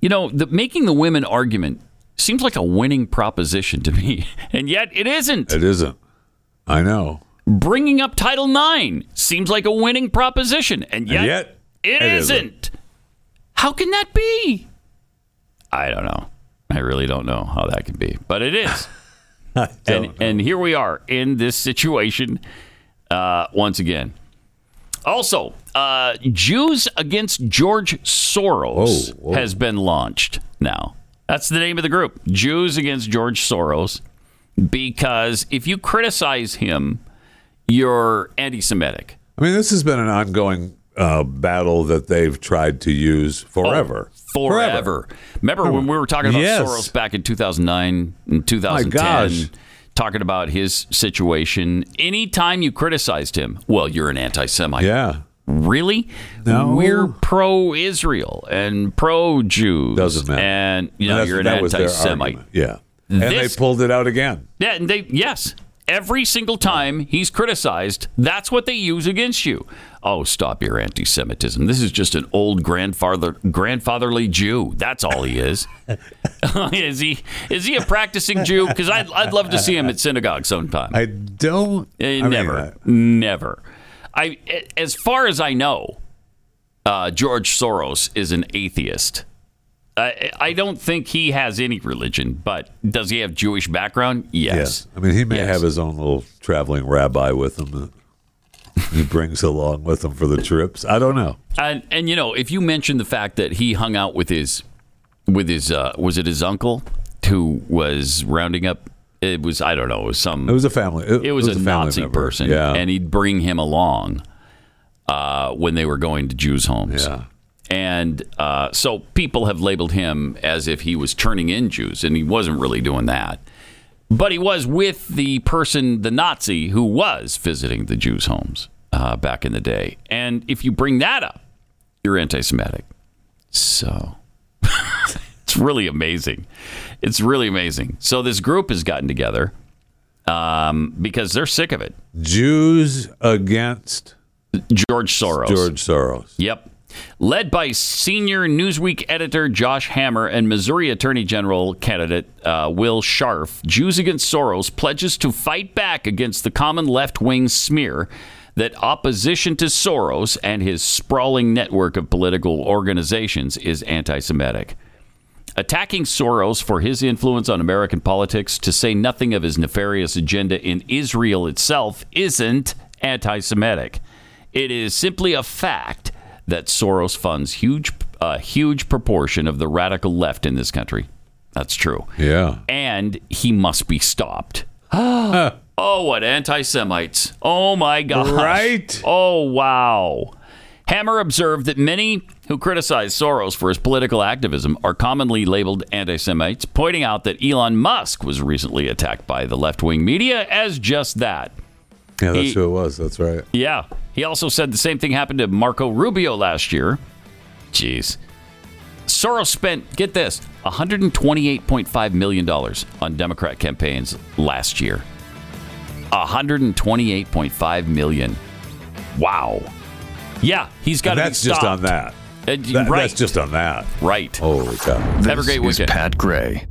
S3: you know, the, making the women argument seems like a winning proposition to me, and yet it isn't.
S4: It isn't. I know.
S3: Bringing up Title IX seems like a winning proposition, and yet,
S4: And yet,
S3: it
S4: it
S3: isn't.
S4: isn't.
S3: How can that be? I don't know. I really don't know how that can be, but it is. and and here we are in this situation uh, once again. Also, uh, Jews against George Soros
S11: Whoa, whoa.
S3: has been launched now. That's the name of the group, Jews against George Soros, because if you criticize him, you're anti-Semitic.
S4: I mean, this has been an ongoing uh, battle that they've tried to use forever.
S3: Oh, forever. Remember when we were talking about
S4: Yes.
S3: Soros back in 2009 and 2010,
S4: gosh.
S3: talking about his situation? Anytime you criticized him, well, you're an anti Semite.
S4: Yeah.
S3: Really?
S4: No.
S3: We're pro Israel and pro Jews. Doesn't matter. And you know,
S4: That's-
S3: you're an
S4: that was their
S3: anti Semite.
S4: argument. Yeah. And
S3: This-
S4: they pulled it out again.
S3: Yeah, and they yes, every single time he's criticized, that's what they use against you. Oh, stop your anti-Semitism! This is just an old grandfather, grandfatherly Jew. That's all he is. is he is he a practicing Jew? Because I'd I'd love to see him at synagogue sometime. Eh,
S4: I don't. I mean,
S3: never, never. I as far as I know, uh, George Soros is an atheist. I, I don't think he has any religion, but does he have Jewish background? Yes.
S4: I mean, he may
S3: Yes.
S4: have his own little traveling rabbi with him that he brings along with him for the trips. I don't know.
S3: And and you know, if you mention the fact that he hung out with his with his uh, was it his uncle who was rounding up it was I don't know, it was some
S4: It was a family. It,
S3: it was, a,
S4: family
S3: Nazi
S4: member.
S3: person,
S4: Yeah.
S3: and he'd bring him along uh, when they were going to Jews' homes.
S4: Yeah.
S3: And uh, so people have labeled him as if he was turning in Jews, and he wasn't really doing that. But he was with the person, the Nazi, who was visiting the Jews' homes uh, back in the day. And if you bring that up, you're anti Semitic. So it's really amazing. It's really amazing. So this group has gotten together um, because they're sick of it.
S4: Jews against
S3: George Soros.
S4: George Soros.
S3: Yep. led by senior Newsweek editor Josh Hammer and Missouri Attorney General candidate uh, Will Scharf, Jews Against Soros pledges to fight back against the common left wing smear that opposition to Soros and his sprawling network of political organizations is anti Semitic. Attacking Soros for his influence on American politics, to say nothing of his nefarious agenda in Israel itself, isn't anti Semitic. It is simply a fact that Soros funds huge, a huge proportion of the radical left in this country. That's true.
S4: Yeah.
S3: And he must be stopped. oh, what anti Semites. Oh, my gosh.
S4: Right?
S3: Oh, wow. Hammer observed that many who criticize Soros for his political activism are commonly labeled anti Semites, pointing out that Elon Musk was recently attacked by the left wing media as just that.
S4: Yeah, that's
S3: He-
S4: who it was. That's right.
S3: Yeah. He also said the same thing happened to Marco Rubio last year. Jeez. Soros spent, get this, $128.5 million on Democrat campaigns last year. $128.5 million. Wow. Yeah, he's got to be
S4: That's just on
S3: stopped.
S4: that.
S3: Uh, d-
S4: That-
S3: right.
S4: That's just on Oh, that.
S3: Right.
S4: Holy cow.
S3: Have a great
S10: is
S3: weekend.
S10: Pat Gray.